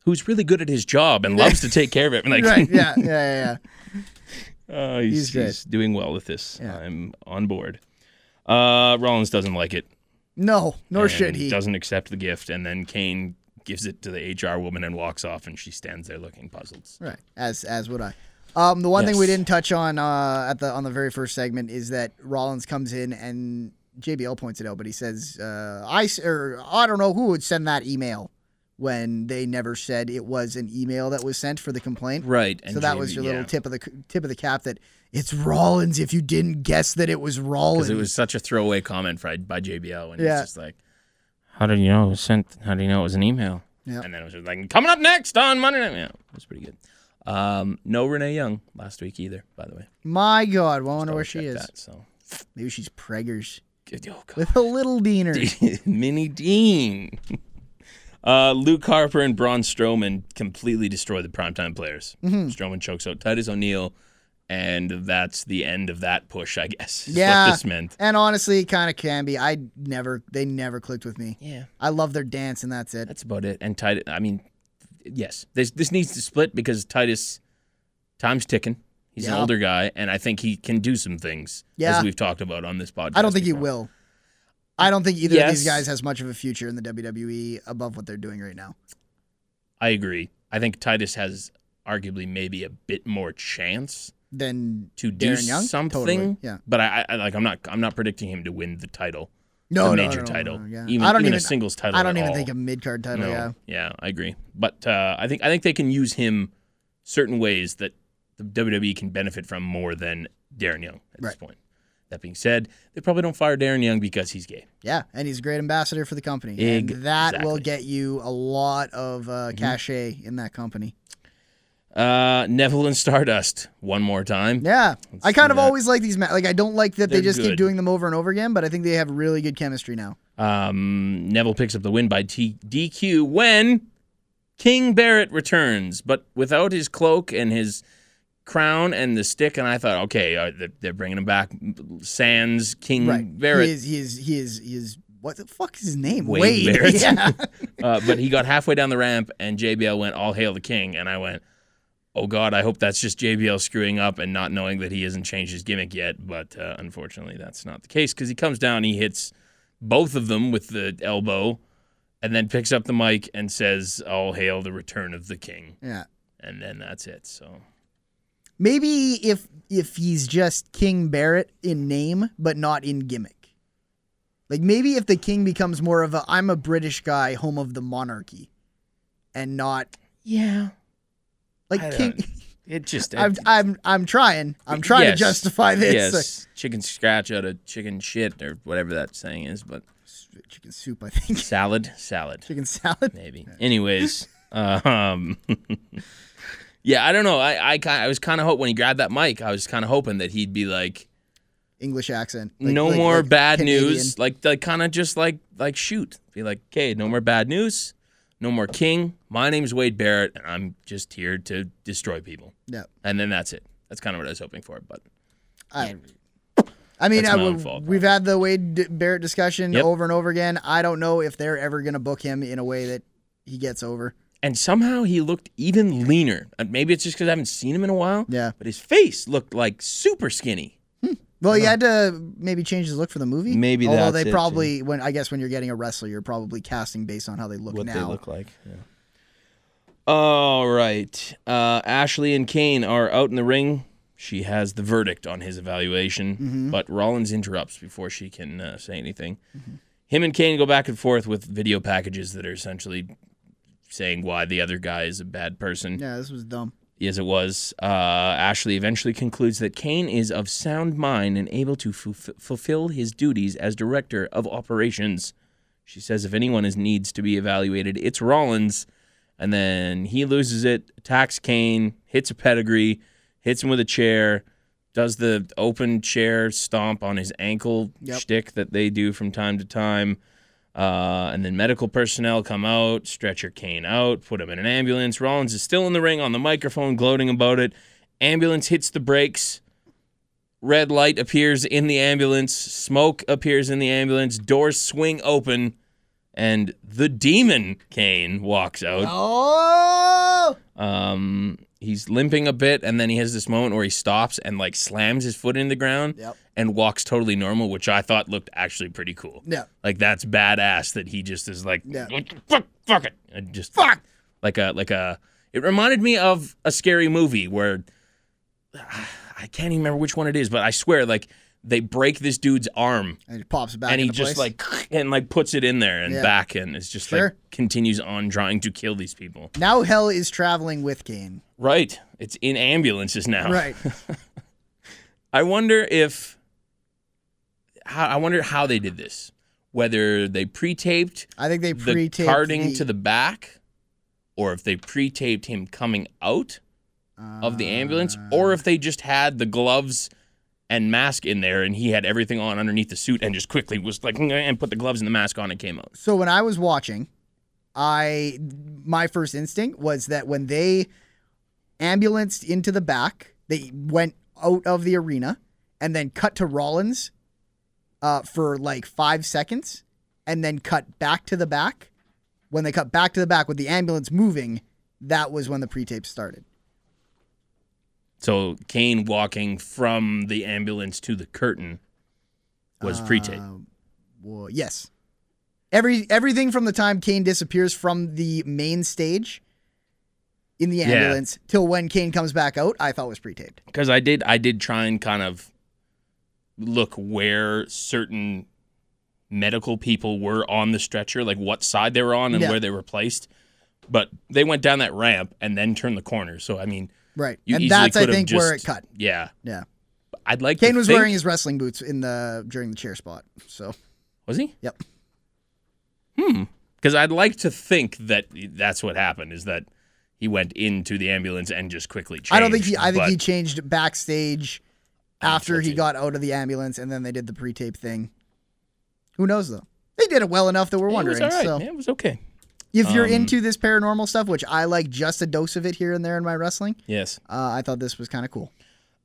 [SPEAKER 1] who's really good at his job and loves to take care of it.
[SPEAKER 2] [laughs]
[SPEAKER 1] Like [laughs]
[SPEAKER 2] right. Yeah. Yeah. Yeah. yeah.
[SPEAKER 1] Uh, he's,
[SPEAKER 2] He's great.
[SPEAKER 1] he's doing well with this.
[SPEAKER 2] Yeah.
[SPEAKER 1] I'm on board. Uh, Rollins doesn't like it.
[SPEAKER 2] No, nor
[SPEAKER 1] and
[SPEAKER 2] should he.
[SPEAKER 1] Doesn't accept the gift, and then Kane gives it to the HR woman and walks off, and she stands there looking puzzled.
[SPEAKER 2] Right. As as would I. Um, the one thing we
[SPEAKER 1] Yes.
[SPEAKER 2] didn't touch on uh, at the on the very first segment is that Rollins comes in and JBL points it out, but he says, uh, "I s- or I don't know who would send that email when they never said it was an email that was sent for the complaint."
[SPEAKER 1] Right.
[SPEAKER 2] So that was your little tip of the c- tip of the cap that it's Rollins if you didn't guess that it was Rollins.
[SPEAKER 1] Because it was such a throwaway comment by, by JBL, and
[SPEAKER 2] Yeah.
[SPEAKER 1] he's just like, "How did you know it was sent? How do you know it was an email?"
[SPEAKER 2] Yeah.
[SPEAKER 1] And then it was just like, "Coming up next on Monday Night." Yeah, it was pretty good. Um, no Renee Young last week either, by the way.
[SPEAKER 2] my God. Well, I wonder
[SPEAKER 1] Double
[SPEAKER 2] where she
[SPEAKER 1] check
[SPEAKER 2] is.
[SPEAKER 1] That, so,
[SPEAKER 2] Maybe she's preggers
[SPEAKER 1] Good- oh, God.
[SPEAKER 2] with a little
[SPEAKER 1] [laughs]
[SPEAKER 2] Deaner.
[SPEAKER 1] Mini Dean. Uh, Luke Harper and Braun Strowman completely destroy the primetime players.
[SPEAKER 2] Mm-hmm.
[SPEAKER 1] Strowman chokes out Titus O'Neil, and that's the end of that push, I guess. [laughs] is
[SPEAKER 2] Yeah.
[SPEAKER 1] What this meant.
[SPEAKER 2] And honestly, it kind of can be. I never, they never clicked with me.
[SPEAKER 1] Yeah.
[SPEAKER 2] I love their dance, and that's it.
[SPEAKER 1] That's about it. And Titus, I mean, yes, this, this needs to split because Titus, time's ticking. He's an
[SPEAKER 2] Yeah.
[SPEAKER 1] older guy, and I think he can do some things,
[SPEAKER 2] Yeah.
[SPEAKER 1] as we've talked about on this podcast.
[SPEAKER 2] I don't think he
[SPEAKER 1] before.
[SPEAKER 2] will. I don't think either of
[SPEAKER 1] Yes.
[SPEAKER 2] these guys has much of a future in the WWE above what they're doing right now.
[SPEAKER 1] I agree. I think Titus has arguably maybe a bit more chance.
[SPEAKER 2] Then
[SPEAKER 1] to do
[SPEAKER 2] Darren Young?
[SPEAKER 1] something.
[SPEAKER 2] Totally, yeah.
[SPEAKER 1] But I, I like I'm not I'm not predicting him to win the title. a
[SPEAKER 2] No, no,
[SPEAKER 1] major
[SPEAKER 2] no, no,
[SPEAKER 1] title.
[SPEAKER 2] no, yeah.
[SPEAKER 1] Even,
[SPEAKER 2] I don't
[SPEAKER 1] even,
[SPEAKER 2] even
[SPEAKER 1] a singles title.
[SPEAKER 2] I don't
[SPEAKER 1] at
[SPEAKER 2] even
[SPEAKER 1] all.
[SPEAKER 2] think a mid card title.
[SPEAKER 1] No.
[SPEAKER 2] Yeah.
[SPEAKER 1] I agree. But uh, I think I think they can use him certain ways that the WWE can benefit from more than Darren Young at this
[SPEAKER 2] Right.
[SPEAKER 1] point. That being said, they probably don't fire Darren Young because he's gay.
[SPEAKER 2] Yeah, and he's a great ambassador for the company. And that
[SPEAKER 1] Exactly.
[SPEAKER 2] will
[SPEAKER 1] Mm-hmm.
[SPEAKER 2] get you a lot of uh, cachet in that company.
[SPEAKER 1] Uh, Neville and Stardust one more time.
[SPEAKER 2] Yeah, I
[SPEAKER 1] do
[SPEAKER 2] kind of
[SPEAKER 1] that.
[SPEAKER 2] always like these. Ma- like I don't like that
[SPEAKER 1] They're
[SPEAKER 2] they just
[SPEAKER 1] good.
[SPEAKER 2] keep doing them over and over again, but I think they have really good chemistry now.
[SPEAKER 1] Um, Neville picks up the win by T- DQ when King Barrett returns, but without his cloak and his crown and the stick. And I thought, okay, uh, they're, they're bringing him back. Sans King
[SPEAKER 2] Right,
[SPEAKER 1] Mm, Barrett.
[SPEAKER 2] He is. He is. He is. He is. What the fuck is his name?
[SPEAKER 1] Wade
[SPEAKER 2] Wade.
[SPEAKER 1] Barrett. [laughs]
[SPEAKER 2] [laughs] Yeah.
[SPEAKER 1] Uh, but he got halfway down the ramp, and JBL went, "All hail the king!" And I went, "Oh God, I hope that's just JBL screwing up and not knowing that he hasn't changed his gimmick yet." But uh, unfortunately, that's not the case because he comes down, he hits both of them with the elbow, and then picks up the mic and says, "All hail the return of the king!"
[SPEAKER 2] yeah.
[SPEAKER 1] And then that's it. So
[SPEAKER 2] Maybe if if he's just King Barrett in name, but not in gimmick. Like maybe if the king becomes more of a I'm a British guy, home of the monarchy, and not
[SPEAKER 1] yeah, I
[SPEAKER 2] like king.
[SPEAKER 1] it just
[SPEAKER 2] I'm I'm I'm trying. I'm trying
[SPEAKER 1] Yes.
[SPEAKER 2] to justify this.
[SPEAKER 1] Yes, chicken scratch out of chicken shit or whatever that saying is, but
[SPEAKER 2] Chicken soup, I think. [laughs]
[SPEAKER 1] salad, salad.
[SPEAKER 2] Chicken salad.
[SPEAKER 1] maybe. Anyways,
[SPEAKER 2] [laughs]
[SPEAKER 1] uh, um, [laughs] yeah, I don't know. I I, ki- I was kind of hope when he grabbed that mic, I was kind of hoping that he'd be like,
[SPEAKER 2] English accent.
[SPEAKER 1] no more bad
[SPEAKER 2] Canadian.
[SPEAKER 1] news. Like, like kind of just like like shoot, be like, okay, no more bad news, no more king. My name's Wade Barrett, and I'm just here to destroy people.
[SPEAKER 2] Yeah.
[SPEAKER 1] And then that's it. That's kind of what I was hoping for. But
[SPEAKER 2] I, I mean,
[SPEAKER 1] That's
[SPEAKER 2] I,
[SPEAKER 1] my own
[SPEAKER 2] would-
[SPEAKER 1] fault,
[SPEAKER 2] we've had the Wade D- Barrett discussion
[SPEAKER 1] Yep.
[SPEAKER 2] over and over again. I don't know if they're ever going to book him in a way that he gets over.
[SPEAKER 1] and somehow he looked even leaner. And Maybe it's just because I haven't seen him in a while.
[SPEAKER 2] Yeah.
[SPEAKER 1] But his face looked like super skinny.
[SPEAKER 2] Well, he had to maybe change his look for the movie.
[SPEAKER 1] Maybe
[SPEAKER 2] although
[SPEAKER 1] that's
[SPEAKER 2] they
[SPEAKER 1] it, too.
[SPEAKER 2] probably when I guess when you're getting a wrestler, you're probably casting based on how they look now.
[SPEAKER 1] like. All right. Uh, Ashley and Kane are out in the ring. She has the verdict on his evaluation,
[SPEAKER 2] Mm-hmm.
[SPEAKER 1] but Rollins interrupts before she can uh, say anything. Him and Kane go back and forth with video packages that are essentially saying why the other guy is a bad person.
[SPEAKER 2] Yeah, this was dumb.
[SPEAKER 1] Yes, it was. Uh, Ashley eventually concludes that Kane is of sound mind and able to fulf- fulfill his duties as director of operations. She says if anyone is needs to be evaluated, it's Rollins. And then he loses it, attacks Kane, hits a pedigree, hits him with a chair, does the open chair stomp on his ankle
[SPEAKER 2] Yep.
[SPEAKER 1] shtick that they do from time to time. Uh, and then medical personnel come out, stretcher Kane out, put him in an ambulance. Rollins is still in the ring on the microphone, gloating about it. Ambulance hits the brakes. Red light appears in the ambulance. Smoke appears in the ambulance. Doors swing open, and the demon Kane walks out.
[SPEAKER 2] Oh,
[SPEAKER 1] Um, he's limping a bit, and then he has this moment where he stops and like slams his foot in the ground
[SPEAKER 2] Yep.
[SPEAKER 1] and walks totally normal, which I thought looked actually pretty cool.
[SPEAKER 2] Yeah.
[SPEAKER 1] like that's badass that he just is like,
[SPEAKER 2] Yeah.
[SPEAKER 1] fuck, fuck it, and just fuck, like a like a. It reminded me of a scary movie where I can't even remember which one it is, but I swear, like they break this dude's arm
[SPEAKER 2] and it pops back.
[SPEAKER 1] and he
[SPEAKER 2] into
[SPEAKER 1] just
[SPEAKER 2] place.
[SPEAKER 1] like and like puts it in there and
[SPEAKER 2] Yeah.
[SPEAKER 1] back and it's just like
[SPEAKER 2] Sure.
[SPEAKER 1] continues on trying to kill these people.
[SPEAKER 2] now hell is traveling with Kane.
[SPEAKER 1] Right. It's in ambulances now.
[SPEAKER 2] Right.
[SPEAKER 1] I wonder if how I wonder how they did this. Whether they pre-taped
[SPEAKER 2] I think they
[SPEAKER 1] the
[SPEAKER 2] pre-taped
[SPEAKER 1] carding to the back or if they pre-taped him coming out of the ambulance or if they just had the gloves and mask in there and he had everything on underneath the suit and just quickly was like and put the gloves and the mask on and came out.
[SPEAKER 2] so when I was watching, I my first instinct was that when they ambulanced into the back, they went out of the arena and then cut to Rollins uh, for like five seconds, and then cut back to the back. When they cut back to the back with the ambulance moving, that was when the pre-tape started.
[SPEAKER 1] So Kane walking from the ambulance to the curtain was pre-taped.
[SPEAKER 2] Uh, Well, yes. Every everything from the time Kane disappears from the main stage in the ambulance till when Kane comes back out, I thought was pre-taped.
[SPEAKER 1] because I did I did try and kind of look where certain medical people were on the stretcher, like what side they were on and
[SPEAKER 2] Yeah.
[SPEAKER 1] where they were placed. But they went down that ramp and then turned the corner. So I mean,
[SPEAKER 2] Right.
[SPEAKER 1] you
[SPEAKER 2] and
[SPEAKER 1] easily
[SPEAKER 2] that's, I
[SPEAKER 1] could have
[SPEAKER 2] think, where it
[SPEAKER 1] just-
[SPEAKER 2] cut.
[SPEAKER 1] Yeah,
[SPEAKER 2] Yeah.
[SPEAKER 1] I'd like.
[SPEAKER 2] Kane
[SPEAKER 1] to
[SPEAKER 2] was
[SPEAKER 1] think-
[SPEAKER 2] wearing his wrestling boots in the during the chair spot. So
[SPEAKER 1] Was he?
[SPEAKER 2] Yep.
[SPEAKER 1] Because I'd like to think that that's what happened. Is that he went into the ambulance and just quickly changed.
[SPEAKER 2] I don't think he I think
[SPEAKER 1] but-
[SPEAKER 2] he changed backstage after he
[SPEAKER 1] guilty.
[SPEAKER 2] got out of the ambulance and then they did the pre tape thing. Who knows though? They did it well enough that we're
[SPEAKER 1] It was
[SPEAKER 2] wondering.
[SPEAKER 1] all right.
[SPEAKER 2] So
[SPEAKER 1] Yeah, it was okay.
[SPEAKER 2] if you're
[SPEAKER 1] Um,
[SPEAKER 2] into this paranormal stuff, which I like just a dose of it here and there in my wrestling,
[SPEAKER 1] Yes.
[SPEAKER 2] uh, I thought this was kind of cool.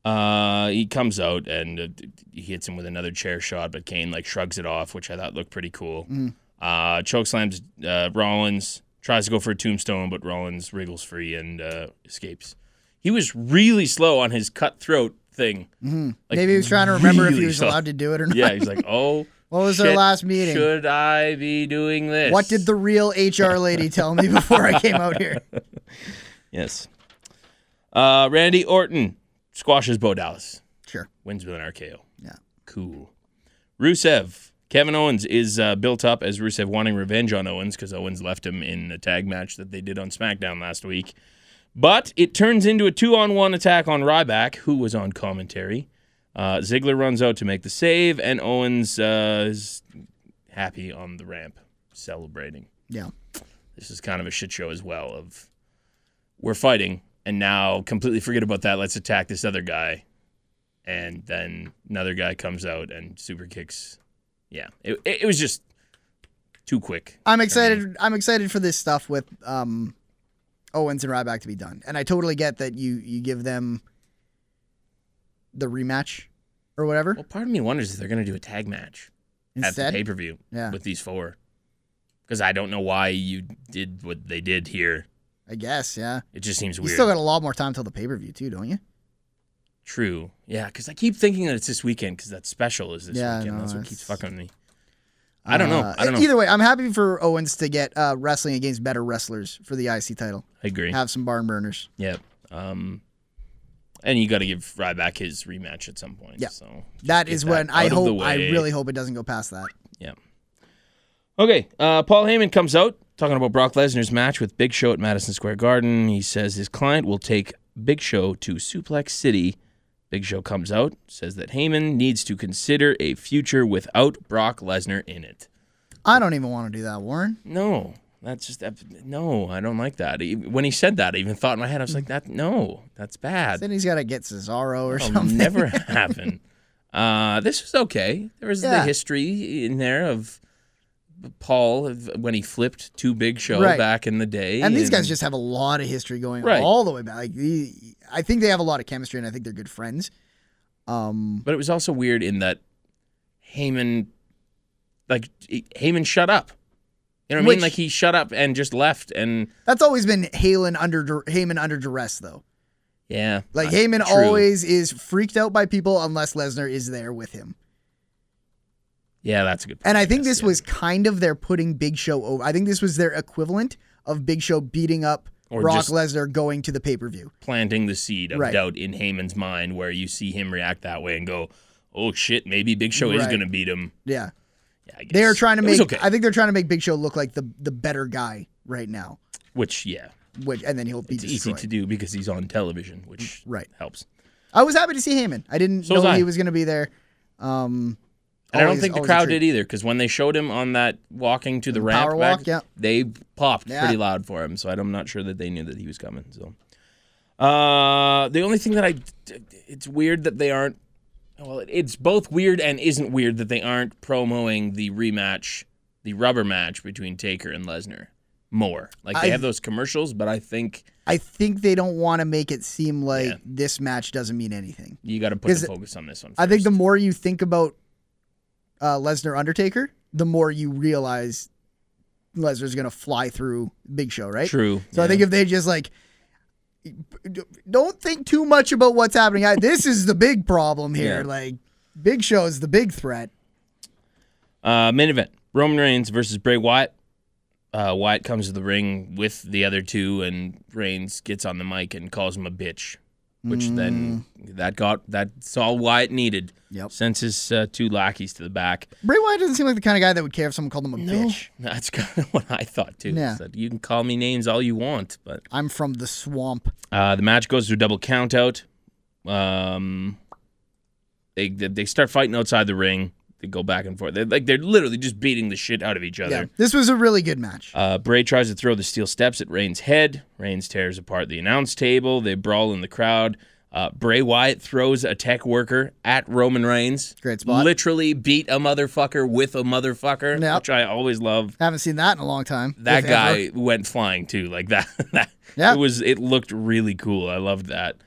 [SPEAKER 1] Uh, he comes out and uh, d- d- he hits him with another chair shot, but Kane like shrugs it off, which I thought looked pretty cool.
[SPEAKER 2] Mm.
[SPEAKER 1] Uh, choke slams uh, Rollins, tries to go for a tombstone, but Rollins wriggles free and uh, escapes. He was really slow on his cutthroat
[SPEAKER 2] [laughs]
[SPEAKER 1] thing. Like,
[SPEAKER 2] Maybe he was trying to remember if he
[SPEAKER 1] really
[SPEAKER 2] was
[SPEAKER 1] slow.
[SPEAKER 2] allowed to do it or not.
[SPEAKER 1] Yeah, he's like, oh.
[SPEAKER 2] What was our
[SPEAKER 1] shit,
[SPEAKER 2] last meeting?
[SPEAKER 1] Should I be doing this?
[SPEAKER 2] What did the real HR
[SPEAKER 1] [laughs]
[SPEAKER 2] lady tell me before I came out here?
[SPEAKER 1] Yes. Uh, Randy Orton squashes Bo Dallas.
[SPEAKER 2] Sure.
[SPEAKER 1] Wins with an RKO.
[SPEAKER 2] Yeah.
[SPEAKER 1] Cool. Rusev. Kevin Owens is uh, built up as Rusev wanting revenge on Owens because Owens left him in the tag match that they did on SmackDown last week. But it turns into a two on one attack on Ryback, who was on commentary. Uh, Ziggler runs out to make the save, and Owens uh, is happy on the ramp, celebrating
[SPEAKER 2] Yeah.
[SPEAKER 1] this is kind of a shit show as well of we're fighting and now completely forget about that let's attack this other guy and then another guy comes out and super kicks yeah it, it, it was just too quick
[SPEAKER 2] I'm excited. I'm excited for this stuff with um, Owens and Ryback to be done, and I totally get that you you give them the rematch or whatever
[SPEAKER 1] well part of me wonders if they're going to do a tag match at
[SPEAKER 2] instead.
[SPEAKER 1] the pay-per-view
[SPEAKER 2] Yeah.
[SPEAKER 1] with these four because i don't know why you did what they did here
[SPEAKER 2] I guess, yeah.
[SPEAKER 1] it just seems
[SPEAKER 2] You
[SPEAKER 1] weird
[SPEAKER 2] still got a lot more time till the pay per view too, don't you?
[SPEAKER 1] true yeah because i keep thinking that it's this weekend because that special is this
[SPEAKER 2] Yeah,
[SPEAKER 1] weekend
[SPEAKER 2] no,
[SPEAKER 1] that's what
[SPEAKER 2] it's-
[SPEAKER 1] keeps fucking me i don't know
[SPEAKER 2] Uh,
[SPEAKER 1] i don't know
[SPEAKER 2] Either way, I'm happy for Owens to get uh, wrestling against better wrestlers for the IC title.
[SPEAKER 1] i agree
[SPEAKER 2] Have some barn burners.
[SPEAKER 1] Yep. Um, and you got to give Ryback his rematch at some point.
[SPEAKER 2] Yeah.
[SPEAKER 1] So
[SPEAKER 2] That
[SPEAKER 1] get
[SPEAKER 2] is
[SPEAKER 1] that
[SPEAKER 2] when I
[SPEAKER 1] out of the
[SPEAKER 2] hope. I
[SPEAKER 1] way.
[SPEAKER 2] really hope it doesn't go past that.
[SPEAKER 1] yeah. Okay. Uh, Paul Heyman comes out talking about Brock Lesnar's match with Big Show at Madison Square Garden. He says his client will take Big Show to Suplex City. Big Show comes out, says that Heyman needs to consider a future without Brock Lesnar in it.
[SPEAKER 2] I don't even want to do that, Warren.
[SPEAKER 1] No, that's just no. I don't like that. E- When he said that, I even thought in my head, I was like, "That no, that's bad."
[SPEAKER 2] Then he's got to get Cesaro or
[SPEAKER 1] That'll
[SPEAKER 2] something.
[SPEAKER 1] Oh, never happen. Uh, this was okay. There was the
[SPEAKER 2] Yeah.
[SPEAKER 1] history in there of Paul of when he flipped to Big Show
[SPEAKER 2] Right.
[SPEAKER 1] back in the day.
[SPEAKER 2] [laughs] And these guys just have a lot of history going
[SPEAKER 1] Right.
[SPEAKER 2] all the way back. Like, the- I think they have a lot of chemistry, and I think they're good friends. Um,
[SPEAKER 1] But it was also weird in that Heyman, like he- Heyman, shut up. You know what I
[SPEAKER 2] Which-
[SPEAKER 1] mean? Like he shut up and just left, and
[SPEAKER 2] that's always been Halen under dur- Heyman under duress, though.
[SPEAKER 1] yeah,
[SPEAKER 2] Like
[SPEAKER 1] uh,
[SPEAKER 2] Heyman
[SPEAKER 1] true.
[SPEAKER 2] always is freaked out by people unless Lesnar is there with him.
[SPEAKER 1] Yeah, that's a good. Point,
[SPEAKER 2] And I think
[SPEAKER 1] guess,
[SPEAKER 2] this
[SPEAKER 1] yeah.
[SPEAKER 2] was kind of their putting Big Show over. I think this was their equivalent of Big Show beating up
[SPEAKER 1] Or
[SPEAKER 2] Brock
[SPEAKER 1] just-
[SPEAKER 2] Lesnar going to the pay per view.
[SPEAKER 1] planting the seed of
[SPEAKER 2] Right.
[SPEAKER 1] doubt in Heyman's mind, where you see him react that way and go, "Oh shit, maybe Big Show is
[SPEAKER 2] Right.
[SPEAKER 1] going to beat him."
[SPEAKER 2] Yeah,
[SPEAKER 1] Yeah, I guess.
[SPEAKER 2] they are trying to
[SPEAKER 1] It
[SPEAKER 2] make.
[SPEAKER 1] was okay.
[SPEAKER 2] I think they're trying to make Big Show look like the the better guy right now.
[SPEAKER 1] which yeah,
[SPEAKER 2] Which and then he'll be
[SPEAKER 1] it's
[SPEAKER 2] destroyed.
[SPEAKER 1] easy to do because he's on television, which
[SPEAKER 2] Mm, Right.
[SPEAKER 1] helps.
[SPEAKER 2] I was happy to see Heyman. I didn't
[SPEAKER 1] So
[SPEAKER 2] know
[SPEAKER 1] was I.
[SPEAKER 2] he was going to be there. Um,
[SPEAKER 1] And I
[SPEAKER 2] Always-
[SPEAKER 1] don't think the
[SPEAKER 2] always a
[SPEAKER 1] crowd
[SPEAKER 2] treat.
[SPEAKER 1] did either because when they showed him on that walking to the, ramp,
[SPEAKER 2] power
[SPEAKER 1] back,
[SPEAKER 2] walk, yeah.
[SPEAKER 1] they popped
[SPEAKER 2] Yeah.
[SPEAKER 1] pretty loud for him. So I'm not sure that they knew that he was coming. So uh, the only thing that I, it's weird that they aren't. Well, it's both weird and isn't weird that they aren't promoting the rematch, the rubber match between Taker and Lesnar more. Like they
[SPEAKER 2] I-
[SPEAKER 1] have those commercials, but I think
[SPEAKER 2] I think they don't want to make it seem like
[SPEAKER 1] Yeah.
[SPEAKER 2] this match doesn't mean anything.
[SPEAKER 1] you got to put the
[SPEAKER 2] 'Cause
[SPEAKER 1] focus on this one.
[SPEAKER 2] I think the
[SPEAKER 1] first.
[SPEAKER 2] more you think about uh, Lesnar Undertaker, the more you realize Lesnar's going to fly through Big Show, right?
[SPEAKER 1] true.
[SPEAKER 2] So I think if they just like don't think too much about what's happening. I, this is the big problem here.
[SPEAKER 1] Yeah.
[SPEAKER 2] Like Big Show is the big threat.
[SPEAKER 1] Uh, main event: Roman Reigns versus Bray Wyatt. Uh, Wyatt comes to the ring with the other two, and Reigns gets on the mic and calls him a bitch. which then that got that saw why it needed.
[SPEAKER 2] Mm. Yep.
[SPEAKER 1] Sends his uh, two lackeys to the back. [laughs]
[SPEAKER 2] Bray Wyatt doesn't seem like the kind of guy that would care if someone called him a bitch.
[SPEAKER 1] That's kind of what I thought too.
[SPEAKER 2] Yeah.
[SPEAKER 1] So you can call me names all you want, but
[SPEAKER 2] I'm from the swamp.
[SPEAKER 1] Uh, the match goes to a double count out. Um, they they start fighting outside the ring. They go back and forth. They're like they're literally just beating the shit out of each
[SPEAKER 2] Yeah,
[SPEAKER 1] other.
[SPEAKER 2] this was a really good match.
[SPEAKER 1] Uh, Bray tries to throw the steel steps at Reigns' head. Reigns tears apart the announce table. They brawl in the crowd. Uh, Bray Wyatt throws a tech worker at Roman Reigns.
[SPEAKER 2] Great spot.
[SPEAKER 1] Literally beat a motherfucker with a motherfucker,
[SPEAKER 2] Yep.
[SPEAKER 1] which I always love.
[SPEAKER 2] Haven't seen that in a long time.
[SPEAKER 1] That
[SPEAKER 2] if
[SPEAKER 1] guy
[SPEAKER 2] ever.
[SPEAKER 1] went flying too. Like that. [laughs] that
[SPEAKER 2] Yeah.
[SPEAKER 1] It was. It looked really cool. I loved that.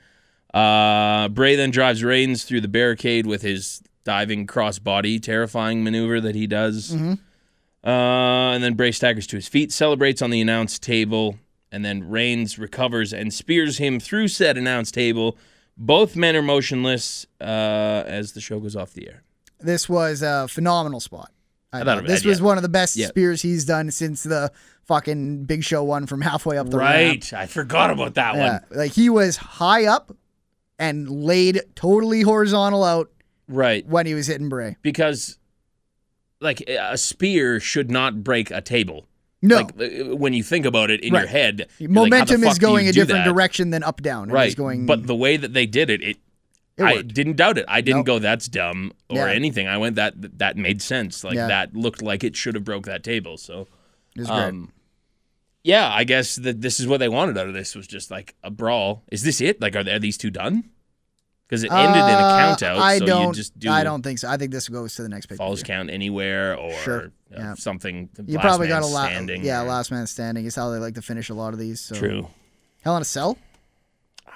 [SPEAKER 1] Uh, Bray then drives Reigns through the barricade with his diving crossbody, terrifying maneuver that he does.
[SPEAKER 2] Mm-hmm.
[SPEAKER 1] Uh, and then Bray staggers to his feet, celebrates on the announce table, and then Reigns recovers and spears him through said announce table. Both men are motionless uh, as the show goes off the air.
[SPEAKER 2] This was a phenomenal spot. I,
[SPEAKER 1] thought
[SPEAKER 2] thought
[SPEAKER 1] it was
[SPEAKER 2] this
[SPEAKER 1] bad,
[SPEAKER 2] was
[SPEAKER 1] yeah.
[SPEAKER 2] one of the best
[SPEAKER 1] Yeah.
[SPEAKER 2] spears he's done since the fucking Big Show one from halfway up the ramp.
[SPEAKER 1] I forgot about that
[SPEAKER 2] Yeah, like he was high up and laid totally horizontal out
[SPEAKER 1] Right.
[SPEAKER 2] when he was hitting Bray.
[SPEAKER 1] because like a spear should not break a table.
[SPEAKER 2] No,
[SPEAKER 1] Like uh, when you think about it in your
[SPEAKER 2] Right.
[SPEAKER 1] head, you're like, how the
[SPEAKER 2] momentum
[SPEAKER 1] fuck
[SPEAKER 2] is
[SPEAKER 1] do you
[SPEAKER 2] going a
[SPEAKER 1] do
[SPEAKER 2] different
[SPEAKER 1] that?
[SPEAKER 2] direction than up down.
[SPEAKER 1] Right.
[SPEAKER 2] It's going,
[SPEAKER 1] But the way that they did it, it,
[SPEAKER 2] It
[SPEAKER 1] I
[SPEAKER 2] worked.
[SPEAKER 1] didn't doubt it. I didn't
[SPEAKER 2] Nope.
[SPEAKER 1] go that's dumb or
[SPEAKER 2] Yeah.
[SPEAKER 1] anything. I went that that made sense. Like
[SPEAKER 2] Yeah.
[SPEAKER 1] that looked like it should have broke that table. So
[SPEAKER 2] it was great.
[SPEAKER 1] um yeah, I guess that this is what they wanted out of this was just like a brawl. Is this it? Like, are, are these two done? Because it ended in a
[SPEAKER 2] Uh,
[SPEAKER 1] count out,
[SPEAKER 2] I
[SPEAKER 1] so
[SPEAKER 2] don't.
[SPEAKER 1] you just do
[SPEAKER 2] I don't think so. I think this goes to the next page.
[SPEAKER 1] falls count anywhere or
[SPEAKER 2] Sure,
[SPEAKER 1] uh,
[SPEAKER 2] yeah.
[SPEAKER 1] something.
[SPEAKER 2] You
[SPEAKER 1] last
[SPEAKER 2] probably
[SPEAKER 1] man
[SPEAKER 2] got a lot.
[SPEAKER 1] standing
[SPEAKER 2] Yeah,
[SPEAKER 1] or-
[SPEAKER 2] last man standing is how they like to finish a lot of these. So.
[SPEAKER 1] True.
[SPEAKER 2] Hell in a Cell.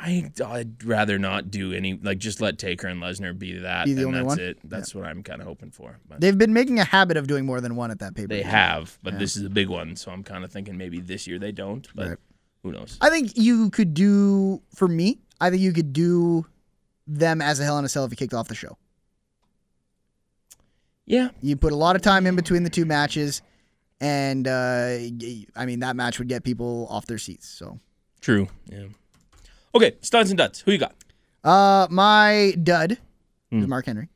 [SPEAKER 1] I, I'd rather not do any, like, just let Taker and Lesnar be that.
[SPEAKER 2] Be the
[SPEAKER 1] and
[SPEAKER 2] only
[SPEAKER 1] that's
[SPEAKER 2] one?
[SPEAKER 1] it. That's what I'm kind of hoping for. But they,
[SPEAKER 2] They've been making a habit of doing more than one at that paper.
[SPEAKER 1] have, but this is a big one. So I'm kind of thinking maybe this year they don't, but who knows?
[SPEAKER 2] I think you could do for me. I think you could do them as a Hell in a Cell if you kicked off the show.
[SPEAKER 1] yeah.
[SPEAKER 2] You put a lot of time in between the two matches, and uh, y- I mean that match would get people off their seats. So.
[SPEAKER 1] True. Yeah. Okay. Studs and duds. Who you got?
[SPEAKER 2] Uh, my dud is Mark Henry,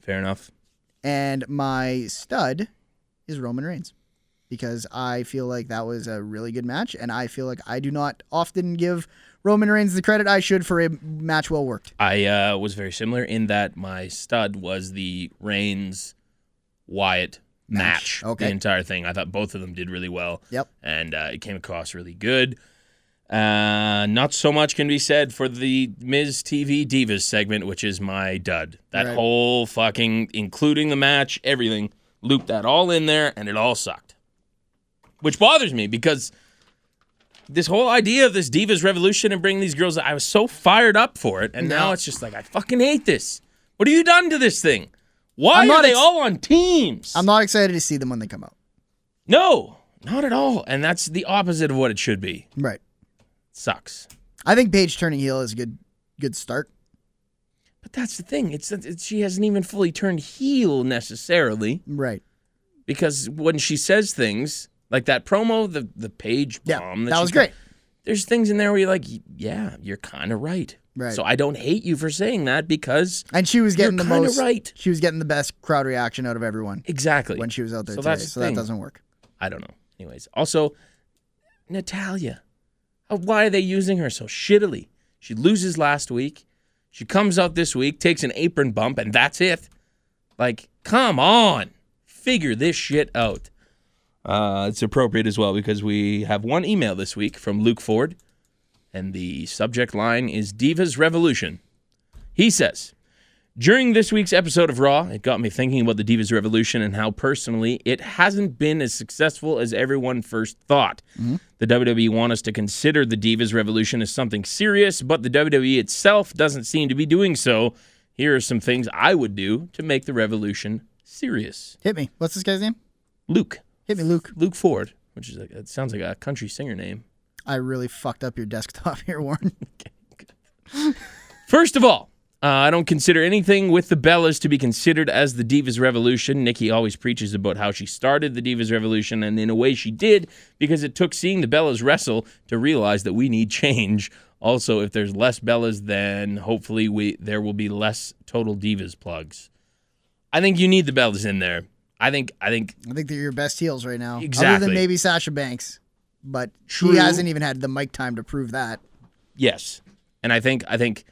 [SPEAKER 1] Fair enough.
[SPEAKER 2] and my stud is Roman Reigns, because I feel like that was a really good match, and I feel like I do not often give Roman Reigns the credit I should for a match well worked.
[SPEAKER 1] I uh, was very similar in that my stud was the Reigns Wyatt match.
[SPEAKER 2] Match. Okay.
[SPEAKER 1] The entire thing. I thought both of them did really well.
[SPEAKER 2] Yep.
[SPEAKER 1] And uh, it came across really good. Uh, not so much can be said for the Ms. TV Divas segment, which is my dud. That
[SPEAKER 2] Right.
[SPEAKER 1] whole fucking, including the match, everything, looped that all in there, and it all sucked. Which bothers me because this whole idea of this divas revolution and bringing these girls i was so fired up for it and now it's just like i fucking hate this what have you done to this thing why
[SPEAKER 2] I'm
[SPEAKER 1] are
[SPEAKER 2] not
[SPEAKER 1] they
[SPEAKER 2] ex-
[SPEAKER 1] all on teams
[SPEAKER 2] I'm not excited to see them when they come out.
[SPEAKER 1] no not at all and that's the opposite of what it should be
[SPEAKER 2] Right.
[SPEAKER 1] sucks
[SPEAKER 2] I think Paige turning heel is a good good start.
[SPEAKER 1] but that's the thing it's, it's she hasn't even fully turned heel necessarily
[SPEAKER 2] Right.
[SPEAKER 1] because when she says things like that promo the the page
[SPEAKER 2] Yeah.
[SPEAKER 1] bomb
[SPEAKER 2] that
[SPEAKER 1] she
[SPEAKER 2] was
[SPEAKER 1] cut-
[SPEAKER 2] great.
[SPEAKER 1] there's things in there where you're like yeah you're kind of right
[SPEAKER 2] Right.
[SPEAKER 1] so i don't hate you for saying that because
[SPEAKER 2] And she was
[SPEAKER 1] You're
[SPEAKER 2] getting the
[SPEAKER 1] kinda
[SPEAKER 2] most
[SPEAKER 1] right.
[SPEAKER 2] She was getting the best crowd reaction out of everyone
[SPEAKER 1] Exactly.
[SPEAKER 2] when she was out there
[SPEAKER 1] So
[SPEAKER 2] today.
[SPEAKER 1] that's the
[SPEAKER 2] so that
[SPEAKER 1] thing.
[SPEAKER 2] doesn't work.
[SPEAKER 1] I don't know. Anyways, also Natalia. Uh, Why are they using her so shittily? She loses last week. She comes out this week, takes an apron bump, and that's it. Like, come on. Figure this shit out. Uh, it's appropriate as well because we have one email this week from Luke Ford, and the subject line is Divas Revolution. He says, during this week's episode of Raw, it got me thinking about the Divas Revolution and how personally it hasn't been as successful as everyone first thought. The WWE want us to consider the Divas Revolution as something serious, but the WWE itself doesn't seem to be doing so. Here are some things I would do to make the revolution serious.
[SPEAKER 2] Hit me. What's this guy's name?
[SPEAKER 1] Luke,
[SPEAKER 2] Hit me, Luke.
[SPEAKER 1] Luke Ford, which is like, it sounds like a country singer name.
[SPEAKER 2] [laughs] I really fucked up your desktop here, Warren.
[SPEAKER 1] First of all, Uh, I don't consider anything with the Bellas to be considered as the Divas Revolution. Nikki always preaches about how she started the Divas Revolution, and in a way she did because it took seeing the Bellas wrestle to realize that we need change. Also, if there's less Bellas, then hopefully we there will be less total Divas plugs. I think you need the Bellas in there. I think I think
[SPEAKER 2] I think they're your best heels right now. Other
[SPEAKER 1] Exactly.
[SPEAKER 2] than maybe Sasha Banks. But
[SPEAKER 1] True.
[SPEAKER 2] she hasn't even had the mic time to prove that.
[SPEAKER 1] Yes, and I think I think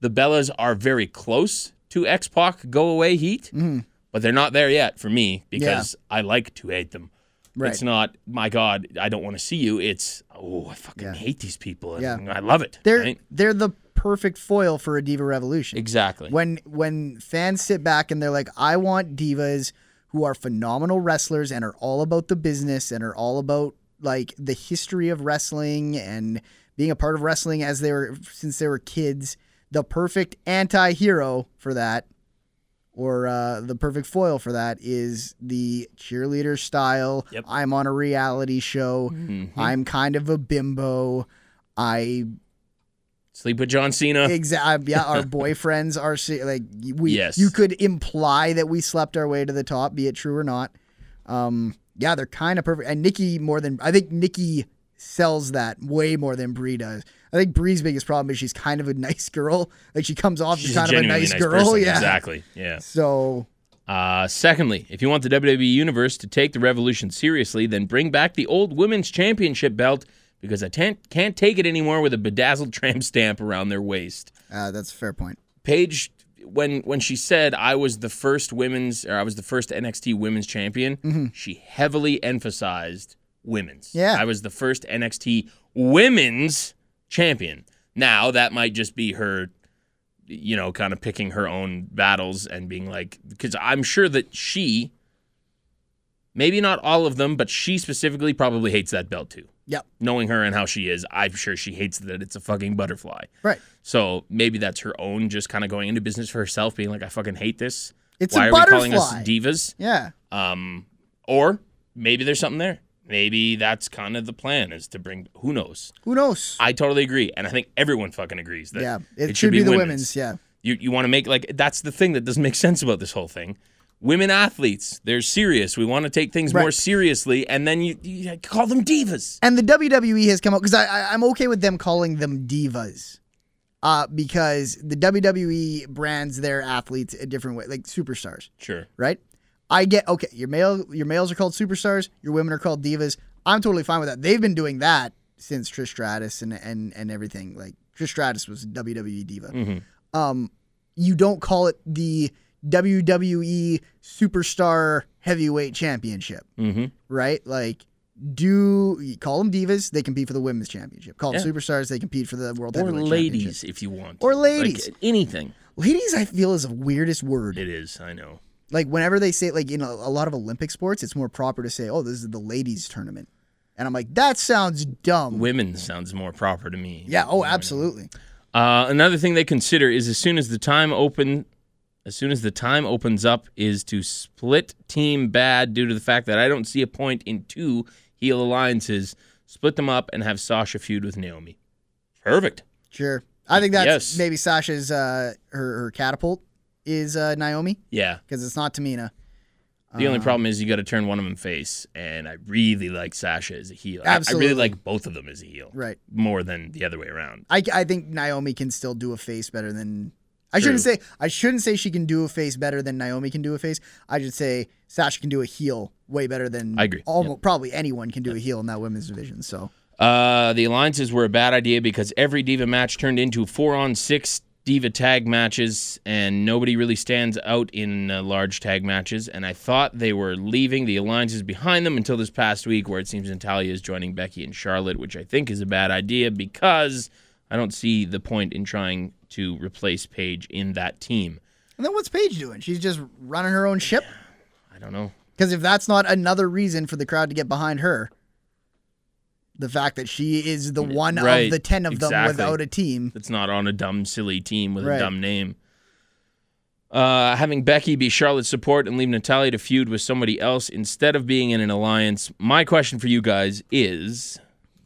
[SPEAKER 1] the Bellas are very close to X Pac go away heat,
[SPEAKER 2] Mm-hmm.
[SPEAKER 1] but they're not there yet for me because I like to hate them.
[SPEAKER 2] Right.
[SPEAKER 1] It's not my God, I don't want to see you. It's oh, I fucking
[SPEAKER 2] Yeah.
[SPEAKER 1] hate these people, and
[SPEAKER 2] Yeah.
[SPEAKER 1] I love it.
[SPEAKER 2] They're
[SPEAKER 1] right?
[SPEAKER 2] they're the perfect foil for a diva revolution.
[SPEAKER 1] exactly
[SPEAKER 2] When when fans sit back and they're like, I want divas who are phenomenal wrestlers and are all about the business and are all about like the history of wrestling and being a part of wrestling as they were since they were kids. The perfect anti-hero for that, or uh, the perfect foil for that, is the cheerleader style.
[SPEAKER 1] Yep. Mm-hmm.
[SPEAKER 2] I'm on a reality show. I'm kind of a bimbo. I
[SPEAKER 1] sleep with John Cena.
[SPEAKER 2] Exactly. Yeah, [laughs] our boyfriends are se- like y- we.
[SPEAKER 1] Yes.
[SPEAKER 2] You could imply that we slept our way to the top, be it true or not. Um, yeah, they're kind of perfect. And Nikki more than I think Nikki sells that way more than Bree does. I think Bree's biggest problem is she's kind of a [laughs] nice girl. Like she comes off
[SPEAKER 1] She's
[SPEAKER 2] as kind of a
[SPEAKER 1] genuinely
[SPEAKER 2] nice, girl.
[SPEAKER 1] person,
[SPEAKER 2] [laughs] Yeah.
[SPEAKER 1] exactly. Yeah.
[SPEAKER 2] So
[SPEAKER 1] Uh, secondly, if you want the WWE Universe to take the revolution seriously, then bring back the old Women's Championship belt because I can't, can't take it anymore with a bedazzled [laughs] tramp stamp around their waist.
[SPEAKER 2] uh, that's a fair point.
[SPEAKER 1] Paige, when, when she said, I was the first women's, or I was the first NXT women's champion, she heavily emphasized women's.
[SPEAKER 2] Yeah.
[SPEAKER 1] I was the first NXT women's champion. Now, that might just be her you know, kind of picking her own battles and being like, because I'm sure that she, maybe not all of them, but she specifically probably hates that belt too.
[SPEAKER 2] Yep.
[SPEAKER 1] Knowing her and how she is, I'm sure she hates that it's a fucking butterfly.
[SPEAKER 2] Right.
[SPEAKER 1] So maybe that's her own just kind of going into business for herself, being like, I fucking hate this.
[SPEAKER 2] It's
[SPEAKER 1] Why
[SPEAKER 2] a
[SPEAKER 1] are
[SPEAKER 2] butterfly.
[SPEAKER 1] we calling us divas?
[SPEAKER 2] yeah.
[SPEAKER 1] Um, or maybe there's something there. Maybe that's kind of the plan is to bring. Who knows?
[SPEAKER 2] Who knows?
[SPEAKER 1] I totally agree, and I think everyone fucking agrees that
[SPEAKER 2] yeah.
[SPEAKER 1] it,
[SPEAKER 2] It, should, be, the women's. Yeah.
[SPEAKER 1] you you want to make like that's the thing that doesn't make sense about this whole thing. Women athletes, they're serious. We want to take things more
[SPEAKER 2] Right.
[SPEAKER 1] seriously, and then you, you call them divas.
[SPEAKER 2] And the WWE has come out because I, I I'm okay with them calling them divas, uh, because the WWE brands their athletes a different way, like superstars,
[SPEAKER 1] Sure.
[SPEAKER 2] right? I get okay. Your male your males are called superstars. Your women are called divas. I'm totally fine with that. They've been doing that since Trish Stratus and and and everything. Like Trish Stratus was a WWE diva. Um, you don't call it the WWE Superstar Heavyweight Championship
[SPEAKER 1] Mm-hmm.
[SPEAKER 2] right? Like, do you call them divas? They compete for the women's championship. Call them
[SPEAKER 1] Yeah.
[SPEAKER 2] superstars. They compete for the world
[SPEAKER 1] Or
[SPEAKER 2] heavyweight
[SPEAKER 1] ladies,
[SPEAKER 2] championship.
[SPEAKER 1] if you want.
[SPEAKER 2] Or
[SPEAKER 1] Like,
[SPEAKER 2] ladies.
[SPEAKER 1] anything.
[SPEAKER 2] Ladies, I feel is the weirdest word.
[SPEAKER 1] It is. I know.
[SPEAKER 2] Like whenever they say like in a, a lot of Olympic sports, it's more proper to say, "Oh, this is the ladies' tournament," and I'm like, that sounds dumb.
[SPEAKER 1] Women sounds more proper to me.
[SPEAKER 2] yeah. Oh, absolutely.
[SPEAKER 1] Uh, another thing they consider is as soon as the time open, as soon as the time opens up, is to split team bad due to the fact that I don't see a point in two heel alliances. Split them up and have Sasha feud with Naomi. Perfect.
[SPEAKER 2] Sure. I think that's
[SPEAKER 1] Yes.
[SPEAKER 2] maybe Sasha's uh, her her catapult is uh, Naomi
[SPEAKER 1] Yeah.
[SPEAKER 2] because it's not Tamina.
[SPEAKER 1] The
[SPEAKER 2] Uh.
[SPEAKER 1] only problem is you got to turn one of them face, and I really like Sasha as a heel. I- I
[SPEAKER 2] Absolutely.
[SPEAKER 1] really like both of them as a heel,
[SPEAKER 2] Right.
[SPEAKER 1] More than the other way around.
[SPEAKER 2] I, I think Naomi can still do a face better than I shouldn't say I shouldn't say she can do a face better than Naomi can do a face. I should say Sasha can do a heel way better than
[SPEAKER 1] I agree.
[SPEAKER 2] Almost probably anyone can do a heel in that women's division. So
[SPEAKER 1] Uh, the alliances were a bad idea because every diva match turned into four on six diva tag matches, and nobody really stands out in uh, large tag matches. And I thought they were leaving the alliances behind them until this past week, where it seems Natalia is joining Becky and Charlotte, which I think is a bad idea because I don't see the point in trying to replace Paige in that team.
[SPEAKER 2] and then what's Paige doing? She's just running her own ship.
[SPEAKER 1] I don't know.
[SPEAKER 2] Because if that's not another reason for the crowd to get behind her, the fact that she is the one of
[SPEAKER 1] right,
[SPEAKER 2] the ten of them
[SPEAKER 1] exactly.
[SPEAKER 2] without a team.
[SPEAKER 1] It's not on a dumb, silly team with
[SPEAKER 2] Right.
[SPEAKER 1] a dumb name. Uh, having Becky be Charlotte's support and leave Natalia to feud with somebody else instead of being in an alliance. My question for you guys is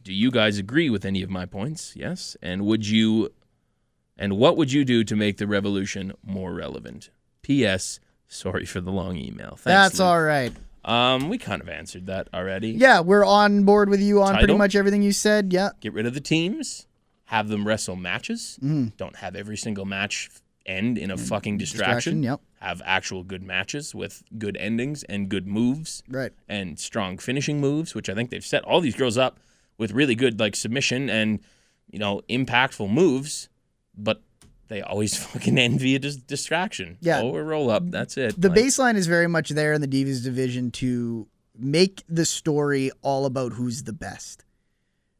[SPEAKER 1] Do you guys agree with any of my points? Yes? And would you And what would you do to make the revolution more relevant? P.S. Sorry for the long email. Thanks,
[SPEAKER 2] That's
[SPEAKER 1] Luke.
[SPEAKER 2] all right.
[SPEAKER 1] Um, we kind of answered that already.
[SPEAKER 2] Yeah, we're on board with you on pretty
[SPEAKER 1] Title?
[SPEAKER 2] much everything you said. Yeah.
[SPEAKER 1] Get rid of the teams. Have them wrestle matches.
[SPEAKER 2] Mm.
[SPEAKER 1] Don't have every single match end in a fucking distraction.
[SPEAKER 2] Distraction, yep.
[SPEAKER 1] Have actual good matches with good endings and good moves.
[SPEAKER 2] Right.
[SPEAKER 1] and strong finishing moves, which I think they've set all these girls up with really good like submission and you know impactful moves, but they always [laughs] fucking end via dis- distraction.
[SPEAKER 2] Yeah.
[SPEAKER 1] or roll up. That's it.
[SPEAKER 2] The
[SPEAKER 1] Like,
[SPEAKER 2] baseline is very much there in the Divas division to make the story all about who's the best,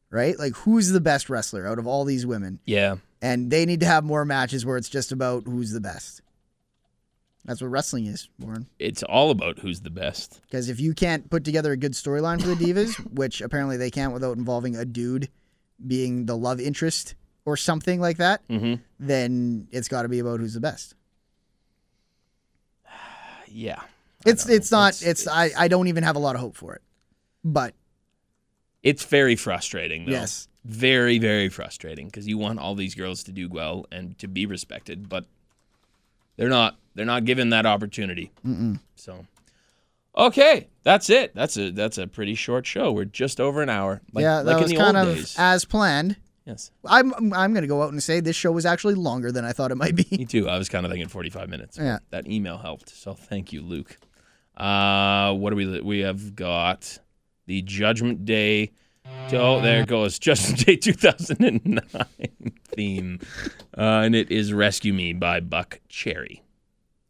[SPEAKER 2] right? Like, who's the best wrestler out of all these women?
[SPEAKER 1] Yeah,
[SPEAKER 2] And they need to have more matches where it's just about who's the best. That's what wrestling is, Warren.
[SPEAKER 1] it's all about who's the best.
[SPEAKER 2] Because if you can't put together a good storyline for the
[SPEAKER 1] [laughs]
[SPEAKER 2] Divas, which apparently they can't without involving a dude being the love interest or something like that,
[SPEAKER 1] Mhm.
[SPEAKER 2] then it's got to be about who's the best.
[SPEAKER 1] Yeah,
[SPEAKER 2] It's
[SPEAKER 1] know.
[SPEAKER 2] it's not
[SPEAKER 1] It's-
[SPEAKER 2] it's, I I don't even have a lot of hope for it. But
[SPEAKER 1] it's very frustrating. Though.
[SPEAKER 2] Yes.
[SPEAKER 1] very very frustrating because you want all these girls to do well and to be respected, but they're not. They're not given that opportunity. Mm-mm. So. Okay, that's it. That's a that's a pretty short show. We're just over an hour. Like,
[SPEAKER 2] yeah, that
[SPEAKER 1] like
[SPEAKER 2] was
[SPEAKER 1] in the
[SPEAKER 2] kind
[SPEAKER 1] old
[SPEAKER 2] of
[SPEAKER 1] days.
[SPEAKER 2] as planned.
[SPEAKER 1] yes,
[SPEAKER 2] I'm I'm- I'm going to go out and say this show was actually longer than I thought it might be.
[SPEAKER 1] [laughs]
[SPEAKER 2] [laughs]
[SPEAKER 1] me too. I was kind of thinking 45 minutes.
[SPEAKER 2] Yeah.
[SPEAKER 1] That email helped. So thank you, Luke. Uh, what do we we have got? The Judgment Day. Oh, there it goes. Judgment Day 2009 [laughs] theme, uh, and it is "Rescue Me" by Buck Cherry.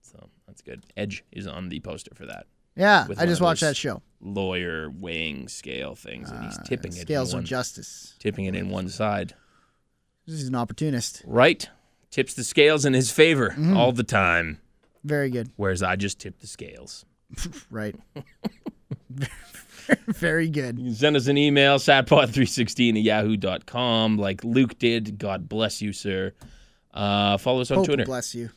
[SPEAKER 1] So that's good. Edge is on the poster for that
[SPEAKER 2] Yeah,
[SPEAKER 1] With
[SPEAKER 2] I
[SPEAKER 1] one
[SPEAKER 2] just
[SPEAKER 1] of
[SPEAKER 2] watched
[SPEAKER 1] those
[SPEAKER 2] that show.
[SPEAKER 1] lawyer weighing scale things, and he's tipping it. in
[SPEAKER 2] Uh, Scales of
[SPEAKER 1] one-
[SPEAKER 2] Justice.
[SPEAKER 1] tipping it in one side.
[SPEAKER 2] This is an opportunist.
[SPEAKER 1] Right. Tips the scales in his favor
[SPEAKER 2] Mm-hmm.
[SPEAKER 1] all the time,
[SPEAKER 2] Very good.
[SPEAKER 1] whereas I just tip the scales. [laughs]
[SPEAKER 2] Right. [laughs] Very good.
[SPEAKER 1] You can send us an email, satpod316 at yahoo.com, like Luke did. God bless you, sir. Uh, follow us on
[SPEAKER 2] Hope
[SPEAKER 1] Twitter.
[SPEAKER 2] bless you.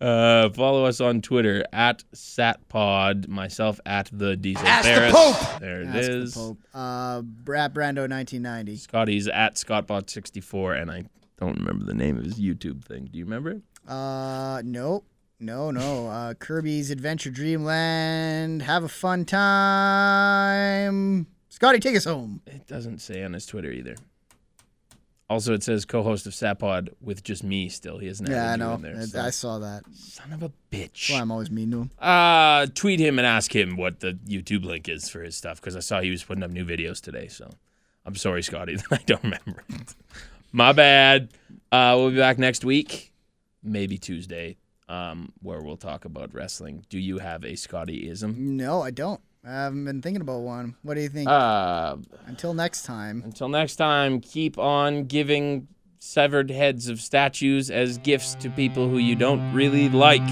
[SPEAKER 1] Uh, follow us on Twitter at satpod, myself at the diesel
[SPEAKER 4] Ask the
[SPEAKER 1] Barris.
[SPEAKER 4] Pope!
[SPEAKER 1] There it is.
[SPEAKER 2] Ask the Pope. Uh, Brad Brando, 1990.
[SPEAKER 1] Scotty's at scottbot64, and I don't remember the name of his YouTube thing. Do you remember it?
[SPEAKER 2] Uh, nope. No, no. Uh, Kirby's Adventure Dreamland. Have a fun time. Scotty, take us home.
[SPEAKER 1] It doesn't say on his Twitter either. Also, it says co-host of Sapod with just me. Still, he hasn't
[SPEAKER 2] Yeah, I
[SPEAKER 1] added you
[SPEAKER 2] know.
[SPEAKER 1] in there.
[SPEAKER 2] I-
[SPEAKER 1] so-
[SPEAKER 2] I saw that.
[SPEAKER 1] Son of a bitch.
[SPEAKER 2] Well, I'm always mean to him.
[SPEAKER 1] Uh, tweet him and ask him what the YouTube link is for his stuff because I saw he was putting up new videos today. So, I'm sorry, Scotty, [laughs] that I don't remember. it. My bad. Uh, we'll be back next week, maybe Tuesday, um, where we'll talk about wrestling. Do you have a Scotty-ism?
[SPEAKER 2] No, I don't. I haven't been thinking about one. What do you think?
[SPEAKER 1] Uh,
[SPEAKER 2] Until next time.
[SPEAKER 1] Until next time, keep on giving severed heads of statues as gifts to people who you don't really like.